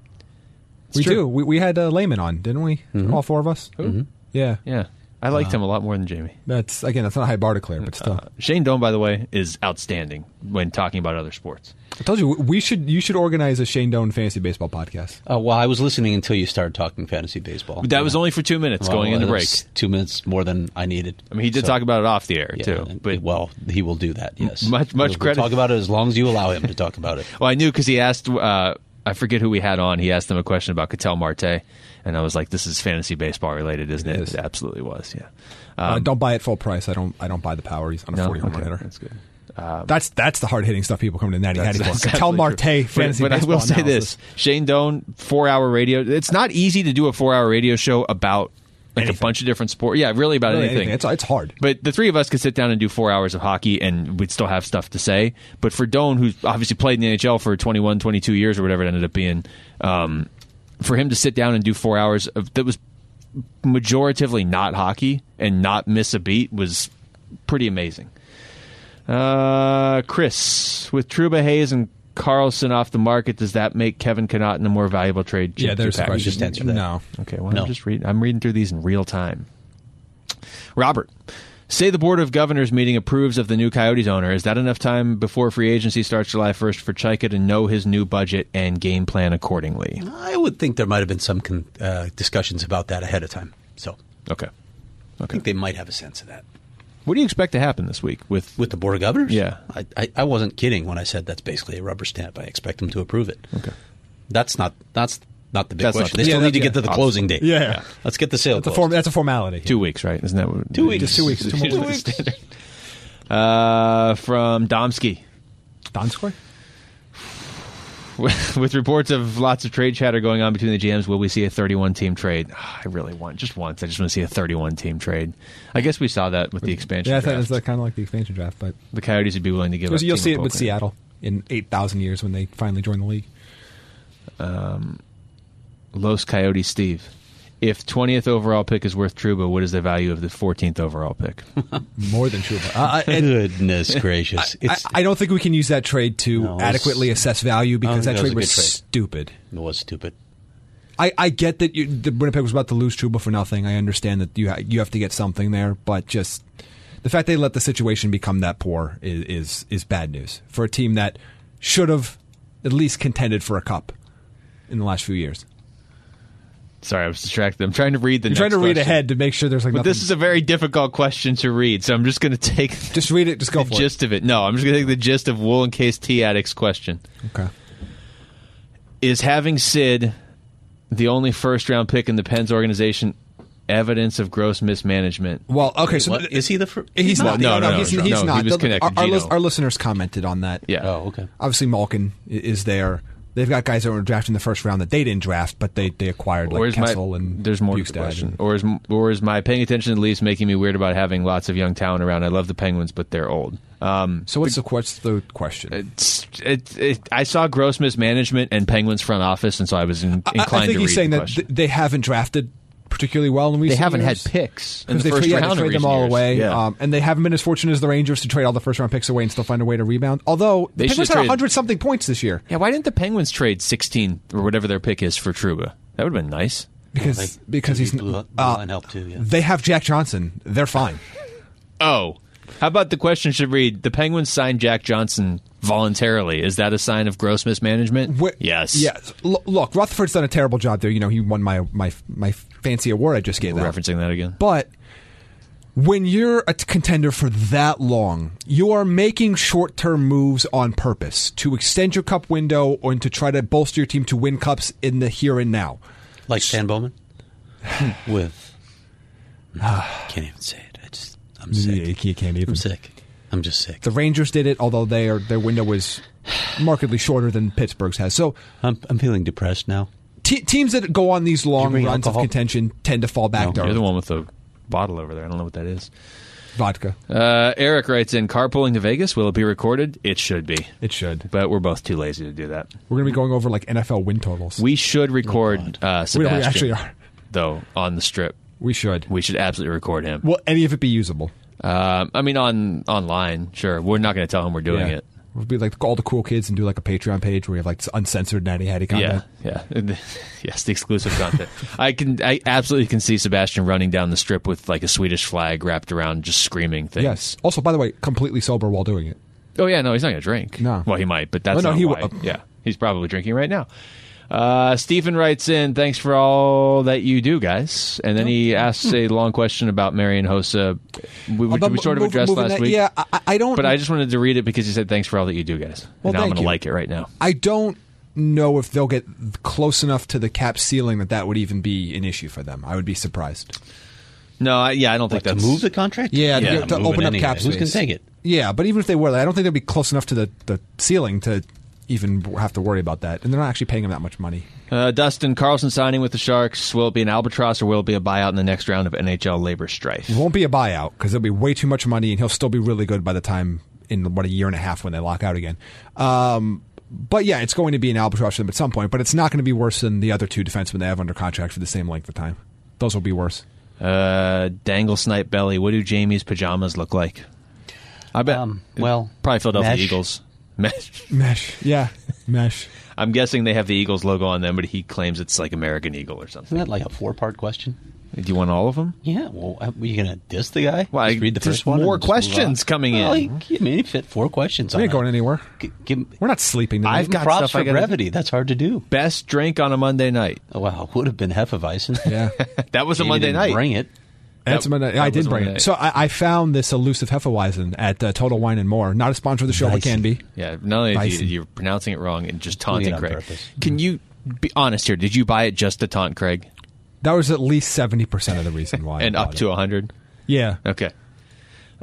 S3: We do. We, we had uh, Layman on, didn't we?
S2: Mm-hmm.
S3: All four of us. Mm-hmm. Yeah.
S2: Yeah, I liked him a lot more than Jamie.
S3: That's again. That's not a high bar to clear, but still.
S2: Shane Doan, by the way, is outstanding when talking about other sports.
S3: I told you we should. You should organize a Shane Doan fantasy baseball podcast.
S1: Uh, well, I was listening until you started talking fantasy baseball.
S2: That was only for two minutes going into
S1: that
S2: break.
S1: was Two minutes more than I needed.
S2: I mean, he did talk about it off the air too. But
S1: well, he will do that. Yes,
S2: Much- much
S1: He'll
S2: credit-
S1: Talk about it as long as you allow him to talk about
S2: [laughs]
S1: it.
S2: Well, I knew because he asked. Uh, I forget who we had on. He asked them a question about Cattell Marte, and I was like, "This is fantasy baseball related, isn't it?"
S3: It is.
S2: It absolutely was. Yeah.
S3: uh, don't buy at full price. I don't. I don't buy the power. He's on a
S2: Um, No,
S3: 40 home
S2: okay,
S3: run hitter.
S2: That's good.
S3: That's that's the hard hitting stuff people come to Natty Hattie for.
S2: That's
S3: Tell Marte
S2: absolutely true.
S3: fantasy
S2: But, but I
S3: baseball
S2: will say
S3: analysis.
S2: this: Shane Doan, four-hour radio. It's not easy to do a four-hour radio show about like a
S3: Anything.
S2: bunch of different sports. Yeah, really about
S3: Really
S2: anything.
S3: anything. It's it's hard.
S2: But the three of us could sit down and do four hours of hockey and we'd still have stuff to say. But for Doan, who's obviously played in the NHL for 21, 22 years or whatever it ended up being, um, for him to sit down and do four hours of that was majoritively not hockey and not miss a beat was pretty amazing. Uh, Chris, with Truba Hayes and Carlson off the market, does that make Kevin Connaughton a more valuable trade?
S3: Yeah, there's
S2: Package?
S3: the question.
S1: just answered that.
S3: No.
S2: Okay, well,
S1: No.
S2: I'm just reading. I'm reading through these in real time. Robert, Say the Board of Governors meeting approves of the new Coyotes owner. Is that enough time before free agency starts July 1st for Chaika to know his new budget and game plan accordingly?
S1: I would think there might have been some con- uh, discussions about that ahead of time. So
S2: Okay.
S1: I think they might have a sense of that.
S2: What do you expect to happen this week with
S1: With the Board of Governors?
S2: Yeah.
S1: I, I, I wasn't kidding when I said that's basically a rubber stamp. I expect them to approve it. Okay. That's not that's not the big
S2: That's not the-
S1: question. they still
S3: Yeah,
S1: need to
S3: that's-
S1: get to the closing date.
S3: Yeah. Yeah.
S1: Let's get the sale
S3: That's a,
S1: closed.
S3: form, that's a formality.
S2: two weeks, right? Isn't that what,
S1: Two weeks. Just two
S3: weeks.
S2: [laughs]
S3: Two more
S2: Usually the standard. Uh, from Domsky. [laughs]
S3: Don Square?
S2: With reports of lots of trade chatter going on between the GMs, will we see a 31 team trade? Ah, I really want just once. I just want to see a 31 team trade. I guess we saw that with the expansion.
S3: Yeah, I thought
S2: draft.
S3: it's kind of like the expansion draft, but
S2: the Coyotes would be willing to give. up
S3: you'll
S2: Timo
S3: see it with
S2: Pulkinen.
S3: Seattle in 8,000 years when they finally join the league.
S2: Los Coyotes Steve. If 20th overall pick is worth Truba, what is the value of the 14th overall pick? [laughs]
S3: More than Schuba. Uh, [laughs] I,
S1: Goodness gracious.
S3: I,
S1: [laughs] It's,
S3: I don't think we can use that trade to
S1: No, it's-
S3: adequately assess value because
S1: think
S3: that trade
S1: that was a
S3: was
S1: good trade.
S3: stupid.
S1: it was stupid.
S3: I, I get that you, the Winnipeg was about to lose Truba for nothing. I understand that you ha- you have to get something there, but just the fact they let the situation become that poor is is, is bad news for a team that should have at least contended for a cup in the last few years.
S2: Sorry, I was distracted. I'm trying to read the.
S3: I'm trying
S2: next
S3: to read
S2: question.
S3: ahead to make sure there's like
S2: but
S3: nothing.
S2: this is a very difficult question to read, so I'm just going to take the
S3: just read it. Just go for
S2: gist of it. No, I'm just going to take the gist of Wool and Case Tea Addict's question.
S3: it. Okay.
S2: Is having Sid the only first round pick in the Pens organization evidence of gross mismanagement?
S3: Well, okay. So
S1: What-
S3: th-
S1: is he the fir-
S3: He's
S2: No,
S3: not.
S2: no, no,
S3: he's,
S2: no,
S3: he's
S2: no, he
S3: not.
S2: was
S3: The-
S2: connected,
S3: Our, our,
S2: Gino.
S3: lis- our listeners commented on that.
S2: Yeah.
S1: Oh, okay.
S3: Obviously, Malkin i- is there. They've got guys that were drafted in the first round that they didn't draft, but they, they acquired like
S2: is my-
S3: Kessel and
S2: there's more to the
S3: Bukestad
S2: question.
S3: and-
S2: Or is or is my paying attention to the Leafs making me weird about having lots of young talent around? I love the Penguins, but they're old. Um,
S3: so what's the, what's the question?
S2: it's, it, it, I saw gross mismanagement and Penguins front office, and so I was in,
S3: I-
S2: inclined
S3: I, think
S2: to
S3: he's
S2: read
S3: saying
S2: the
S3: that
S2: question.
S3: th- they haven't drafted particularly well in recent
S2: they haven't
S3: years.
S2: had picks in
S3: Because
S2: the
S3: they,
S2: first
S3: tra- yeah, they
S2: round. in
S3: trade them
S2: recent
S3: all
S2: years.
S3: away,
S2: Yeah.
S3: um, and they haven't been as fortunate as the Rangers to trade all the first round picks away and still find a way to rebound. Although
S2: They
S3: the Penguins
S2: should've
S3: had
S2: traded-
S3: hundred something points this year
S2: yeah, why didn't the Penguins trade 16 or whatever their pick is for Truba? That would have been nice.
S3: because
S1: Like,
S3: because he's
S1: blue, blue
S3: uh,
S1: line help too. Yeah.
S3: they have Jack Johnson. They're fine.
S2: Oh, how about the question should read The Penguins signed Jack Johnson voluntarily. Is that a sign of gross mismanagement?
S3: Wh-
S2: yes.
S3: Yes. L- look, Rutherford's done a terrible job there. You know, he won my my my fancy award I just gave
S2: We're
S3: out.
S2: referencing that again.
S3: But when you're a t- contender for that long, you are making short term moves on purpose to extend your cup window or to try to bolster your team to win cups in the here and now.
S1: Like
S3: [sighs]
S1: Stan Bowman? With. can't even say it. I just, I'm sick.
S3: can't even.
S1: I'm sick. I'm just sick.
S3: The Rangers did it, although they are, their window was markedly shorter than Pittsburgh's has. So
S1: I'm, I'm feeling depressed now.
S3: te- teams that go on these long
S1: bring
S3: runs
S1: alcohol?
S3: of contention tend to fall back to
S2: You're the
S3: earth.
S2: one with the bottle over there. I don't know what that is.
S3: vodka.
S2: Uh, Eric writes in carpooling to Vegas. Will it be recorded? It should be.
S3: It should.
S2: But we're both too lazy to do that.
S3: We're going to be going over like NFL win totals.
S2: We should record uh,
S3: We- we
S2: Sebastian,
S3: actually are.
S2: though, on the strip.
S3: We should.
S2: We should absolutely record him.
S3: Will any of it be usable?
S2: Um, I mean, on online, sure. We're not going to tell him we're doing
S3: Yeah.
S2: it.
S3: We'll be like all the cool kids and do like a Patreon page where we have like uncensored natty hatty
S2: Yeah,
S3: content.
S2: yeah, [laughs] yes, the exclusive content. I can, I absolutely can see Sebastian running down the strip with like a Swedish flag wrapped around, just screaming things.
S3: Yes. Also, by the way, completely sober while doing it.
S2: Oh yeah, no, he's not going to drink.
S3: No.
S2: Well, he might, but that's
S3: Oh, no,
S2: not
S3: he
S2: why.
S3: will.
S2: yeah, he's probably drinking right now. Uh, Stephen writes in, thanks for all that you do, guys. And then he asks
S3: Hmm.
S2: a long question about Marion Hossa. We, we,
S3: Although
S2: we sort of
S3: mov-
S2: addressed
S3: moving
S2: last
S3: that-
S2: week.
S3: Yeah, I- I, I don't.
S2: But I just wanted to read it because he said, thanks for all that you do, guys.
S3: Well,
S2: and I'm
S3: thank
S2: gonna
S3: you.
S2: like it right now.
S3: I don't know if they'll get close enough to the cap ceiling that that would even be an issue for them. I would be surprised.
S2: No, I, yeah, I don't
S1: Like
S2: think
S1: to
S2: that's...
S1: move the contract?
S3: Yeah,
S2: Yeah,
S3: to, to
S1: move it
S3: open up
S1: anyway.
S3: cap
S1: Who's
S3: space.
S1: going to take it?
S3: Yeah, but even if they were, I don't think they'd be close enough to the, the ceiling to even have to worry about that. And they're not actually paying them that much money.
S2: Uh, Dustin Carlson signing with the Sharks. Will it be an albatross or will it be a buyout in the next round of NHL labor strife?
S3: It won't be a buyout because there'll be way too much money, and he'll still be really good by the time in what a year and a half when they lock out again. Um, but yeah, it's going to be an albatross for them at some point, but it's not going to be worse than the other two defensemen they have under contract for the same length of time. Those will be worse.
S2: Uh, dangle snipe belly. What do Jamie's pajamas look like? I bet.
S1: Um, well,
S2: probably Philadelphia
S1: mesh.
S2: Eagles. [laughs] Mesh.
S3: Mesh, yeah, [laughs] mesh.
S2: I'm guessing they have the Eagles logo on them, but he claims it's like American Eagle or something.
S1: Isn't that like a four part question?
S2: Do you want all of them?
S1: Yeah, well, are you gonna diss the guy?
S2: Well,
S1: just
S2: I-
S1: read the
S2: there's
S1: first one. and
S2: more
S1: just move on?
S2: questions coming in.
S1: Well, he- I mean, he fit four questions.
S3: We
S1: on
S3: ain't
S1: that.
S3: going anywhere.
S1: G- give him
S3: We're not sleeping tonight.
S2: I've got
S1: props
S2: stuff I
S1: for
S2: gotta-
S1: brevity. That's hard to do.
S2: Best drink on a Monday night. [laughs]
S1: Oh, wow, would have been Hefeweizen.
S3: yeah.
S2: That was a
S1: Maybe
S2: Monday
S1: didn't
S2: night.
S1: Bring it.
S3: That's my, I
S2: that was
S3: did bring
S2: my day.
S3: it. So I, I found this elusive Hefeweizen at uh, Total Wine and More. Not a sponsor of the show, but
S1: Dyson.
S3: can be.
S2: Yeah, not only you,
S3: Bison.
S2: you're pronouncing it wrong and just taunting
S1: on
S2: Craig.
S1: purpose.
S2: Can you be honest here? Did you buy it just to taunt Craig
S3: That was at least seventy percent of the reason why. I
S2: and
S3: bought
S2: up
S3: it.
S2: to hundred?
S3: yeah.
S2: Okay,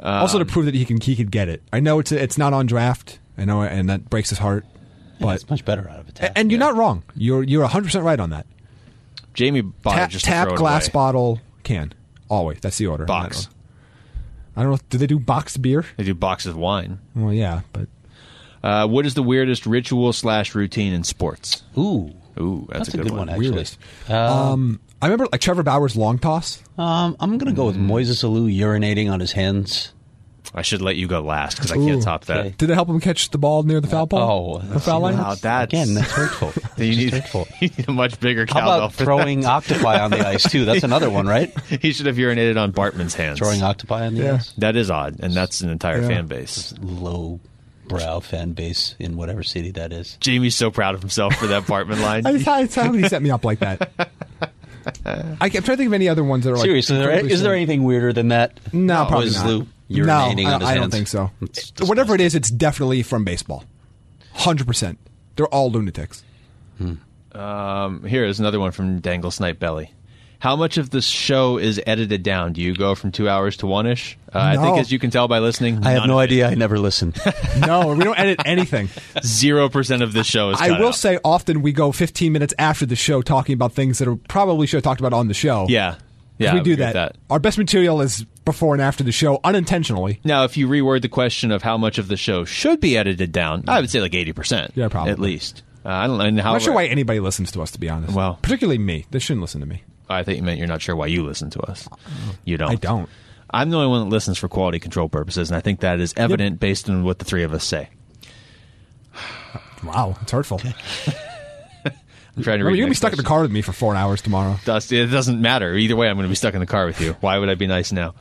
S3: also to prove that he can he could get it. I know it's it's not on draft. I know, and that breaks his heart. But
S1: It's much better out of a tap.
S3: and you're not wrong. You're you're hundred percent right on that.
S2: Jamie bought
S3: Tap,
S2: it Oh, just to
S3: tap
S2: throw it
S3: glass
S2: away.
S3: bottle can always. That's the order.
S2: Box.
S3: I don't know. Do they do boxed beer?
S2: They do boxes of wine.
S3: Well, yeah, but
S2: Uh, what is the weirdest ritual slash routine in sports?
S1: Ooh,
S2: Ooh, that's,
S1: a good one. actually. Uh,
S3: weirdest. um, I remember like Trevor Bauer's long toss.
S1: Um, I'm gonna go with Moises Alou urinating on his hands.
S2: I should let you go last because I can't
S3: Ooh,
S2: top that. [laughs]
S1: okay.
S3: Did it help him catch the ball near the foul
S1: Oh,
S3: pole? the foul line.
S2: Wow, that's
S1: Again, that's hurtful.
S2: You
S1: It's
S2: need,
S1: just hurtful.
S2: you need a much bigger
S1: How
S2: cowbell
S1: about
S2: for
S1: throwing octopi on the ice too? That's another one, right?
S2: that. [laughs] He should have urinated on Bartman's hands.
S1: Throwing octopi on the
S3: Yeah.
S1: ice.
S2: that is odd, and that's an entire
S3: Yeah.
S2: fan base.
S1: Low brow fan base in whatever city that is.
S2: Jamie's so proud of himself for that Bartman line.
S3: I, I, how would he set me up like that? I, am trying to think of any other ones that are like,
S1: Seriously, there,
S3: incredibly
S1: is there
S3: similar.
S1: anything weirder than that?
S3: No,
S1: Uh,
S3: probably
S1: Moises
S3: not.
S1: Alou
S3: no,
S1: urinating
S3: I,
S1: on his
S3: I
S1: hands.
S3: don't think so.
S1: It's
S3: Whatever it is, it's definitely from baseball. Hundred percent. They're all lunatics.
S2: Mm, Here is another one from Dangle Snipe Belly. How much of this show is edited down? Do you go from two hours to one ish? Uh, I think,
S3: No.
S2: as you can tell by listening,
S1: I have no idea. I never listen.
S3: No, we don't edit
S2: [laughs]
S3: anything.
S2: Zero percent of this show is.
S3: I
S2: cut
S3: will
S2: out.
S3: say, often we go 15 minutes after the show talking about things that are probably should have talked about on the show.
S2: yeah, yeah,
S3: we
S2: I
S3: do
S2: agree with
S3: that. Our best material is before and after the show, unintentionally.
S2: Now, if you reword the question of how much of the show should be edited down, I would say like eighty percent.
S3: Yeah, probably.
S2: at least. Uh, I don't know how.
S3: I'm not sure why anybody listens to us, to be honest.
S2: Well-
S3: particularly me. They shouldn't listen to me.
S2: I thought you meant you're not sure why you listen to us. You don't.
S3: Oh, I don't.
S2: I'm the only one that listens for quality control purposes, and I think that is evident based on what the three of us say.
S3: Wow, it's hurtful.
S2: I'm trying to.
S3: Remember, you're
S2: read
S3: gonna be
S2: next
S3: stuck in the
S2: question.
S3: car with me for four hours tomorrow.
S2: Dusty, it doesn't matter. Either way, I'm going to be stuck in the car with you. Why would I be nice now?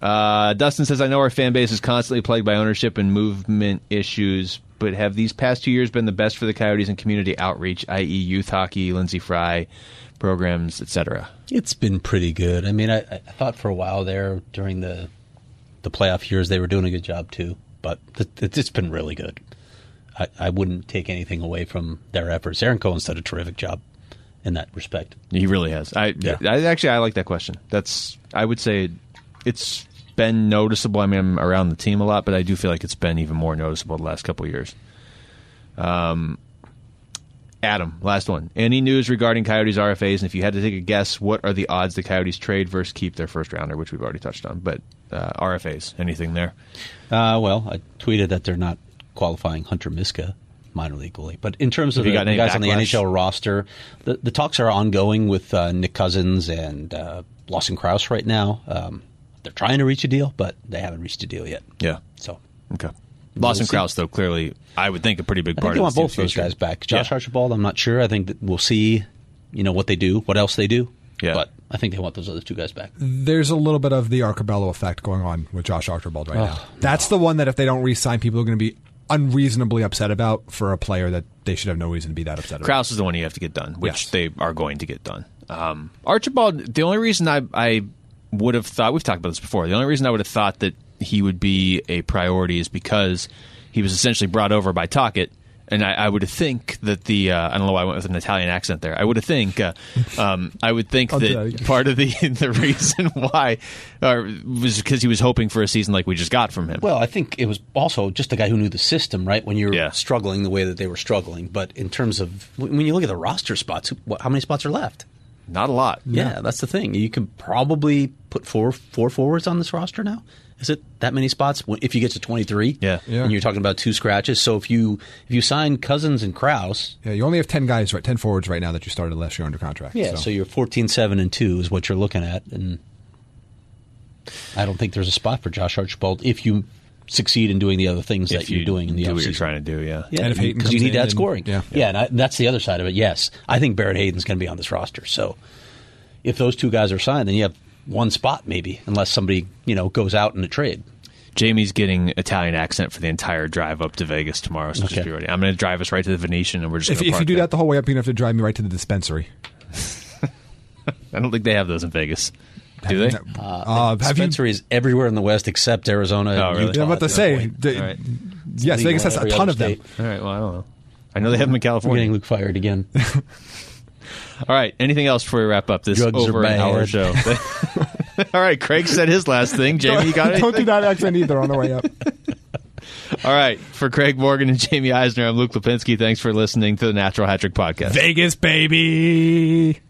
S2: Uh, Dustin says, I know our fan base is constantly plagued by ownership and movement issues, but have these past two years been the best for the Coyotes in community outreach, i.e., youth hockey, Lindsey Fry programs, etc.?
S1: [laughs] It's been pretty good. I mean, I, I thought for a while there during the the playoff years they were doing a good job too, but th- th- it's been really good. I, I wouldn't take anything away from their efforts. Aaron Cohen's done a terrific job in that respect.
S2: He really has. I,
S1: Yeah.
S2: I actually I like that question. That's I would say it's been noticeable. I mean, I'm around the team a lot, but I do feel like it's been even more noticeable the last couple of years. Um, Adam, last one. Any news regarding Coyotes RFAs? And if you had to take a guess, what are the odds the Coyotes trade versus keep their first rounder, which we've already touched on? But uh, RFAs, anything there?
S1: Uh, well, I tweeted that they're not qualifying Hunter Miska minor league goalie, but in terms of
S2: Have you gotten
S1: the, the
S2: any
S1: guys on the
S2: backlash?
S1: NHL roster, the, the talks are ongoing with uh, Nick Cousins and uh, Lawson Krause right now. Um, they're trying to reach a deal, but they haven't reached a deal yet.
S2: Yeah.
S1: So
S2: Okay. Lawson
S1: We'll see.
S2: Krause, though, clearly, I would think a pretty big
S1: I
S2: part
S1: think they
S2: of
S1: want
S2: this
S1: both
S2: team's future.
S1: those guys back. Josh
S2: Yeah.
S1: Archibald, I'm not sure. I think that we'll see, you know, what they do, what else they do.
S2: Yeah.
S1: But I think they want those other two guys back.
S3: There's a little bit of the Arcabello effect going on with Josh Archibald right now. That's the one that if they don't re-sign, people are going to be unreasonably upset about for a player that they should have no reason to be that upset about.
S2: Kraus is the one you have to get done, which
S3: Yes.
S2: they are going to get done. Um, Archibald, the only reason I, I would have thought, we've talked about this before, the only reason I would have thought that he would be a priority is because he was essentially brought over by Tockett. And I, I would think that the uh, I don't know why I went with an Italian accent there. I would think uh, um, I would think
S3: I'll do that
S2: that
S3: again.
S2: part of the [laughs] the reason why uh, was because he was hoping for a season like we just got from him.
S1: Well, I think it was also just the guy who knew the system, right? When you're
S2: Yeah.
S1: struggling the way that they were struggling. But in terms of when when you look at the roster spots, who- what, how many spots are left?
S2: Not a lot.
S1: Yeah. that's the thing. You can probably put four four forwards on this roster now. Is it that many spots? When- If you get to 23,
S2: Yeah. Yeah.
S1: and you're talking about two scratches. So if you if you sign Cousins and Kraus,
S3: Yeah, you only have ten guys, right? Ten forwards right now that you started last year under contract.
S1: Yeah, so, you're 14 7 and 2 is what you're looking at. And I don't think there's a spot for Josh Archibald if you succeed in doing the other things that
S2: If
S1: you're doing in the
S2: do what you're
S1: offseason.
S2: trying to do, yeah.
S1: Yeah,
S3: And if Hayden
S1: because you
S3: comes
S1: need
S3: in
S1: that
S3: and-
S1: scoring.
S3: yeah.
S1: yeah and I, that's the other side of it. Yes, I think Barrett Hayden's going to be on this roster. So if those two guys are signed, then you have one spot maybe, unless somebody you know goes out in a trade.
S2: Jamie's getting Italian accent for the entire drive up to Vegas tomorrow. So just
S1: Okay.
S2: be ready. I'm going to drive us right to the Venetian, and we're just
S3: If,
S2: gonna
S3: if you
S2: park
S3: do
S2: there.
S3: that the whole way up, you're gonna have to drive me right to the dispensary.
S2: I don't think they have those in Vegas. Do they?
S3: Uh, have you?
S1: Dispensary is everywhere in the West except Arizona.
S2: Oh,
S1: and
S2: really?
S1: Utah
S3: I'm about
S1: at
S3: to
S1: this
S3: say,
S1: point.
S3: the-
S2: All right.
S3: yes,
S1: legal
S3: Vegas has
S1: in
S3: a
S1: every
S3: ton
S1: other
S3: of them.
S1: state.
S2: All right. Well, I don't know. I know they have them in
S1: We're
S2: California.
S1: getting Luke
S3: [laughs]
S1: fired again.
S2: All right. Anything else before we wrap up this
S1: Drugs are
S2: over an hour
S3: [laughs]
S1: bad.
S2: show? [laughs] All right. Craig said his last thing. Jamie, you got it.
S3: [laughs] Don't do that accent either on the way up.
S2: All right. For Craig Morgan and Jamie Eisner, I'm Luke Lipinski. Thanks for listening to the Natural Hat Trick Podcast.
S3: Vegas, baby.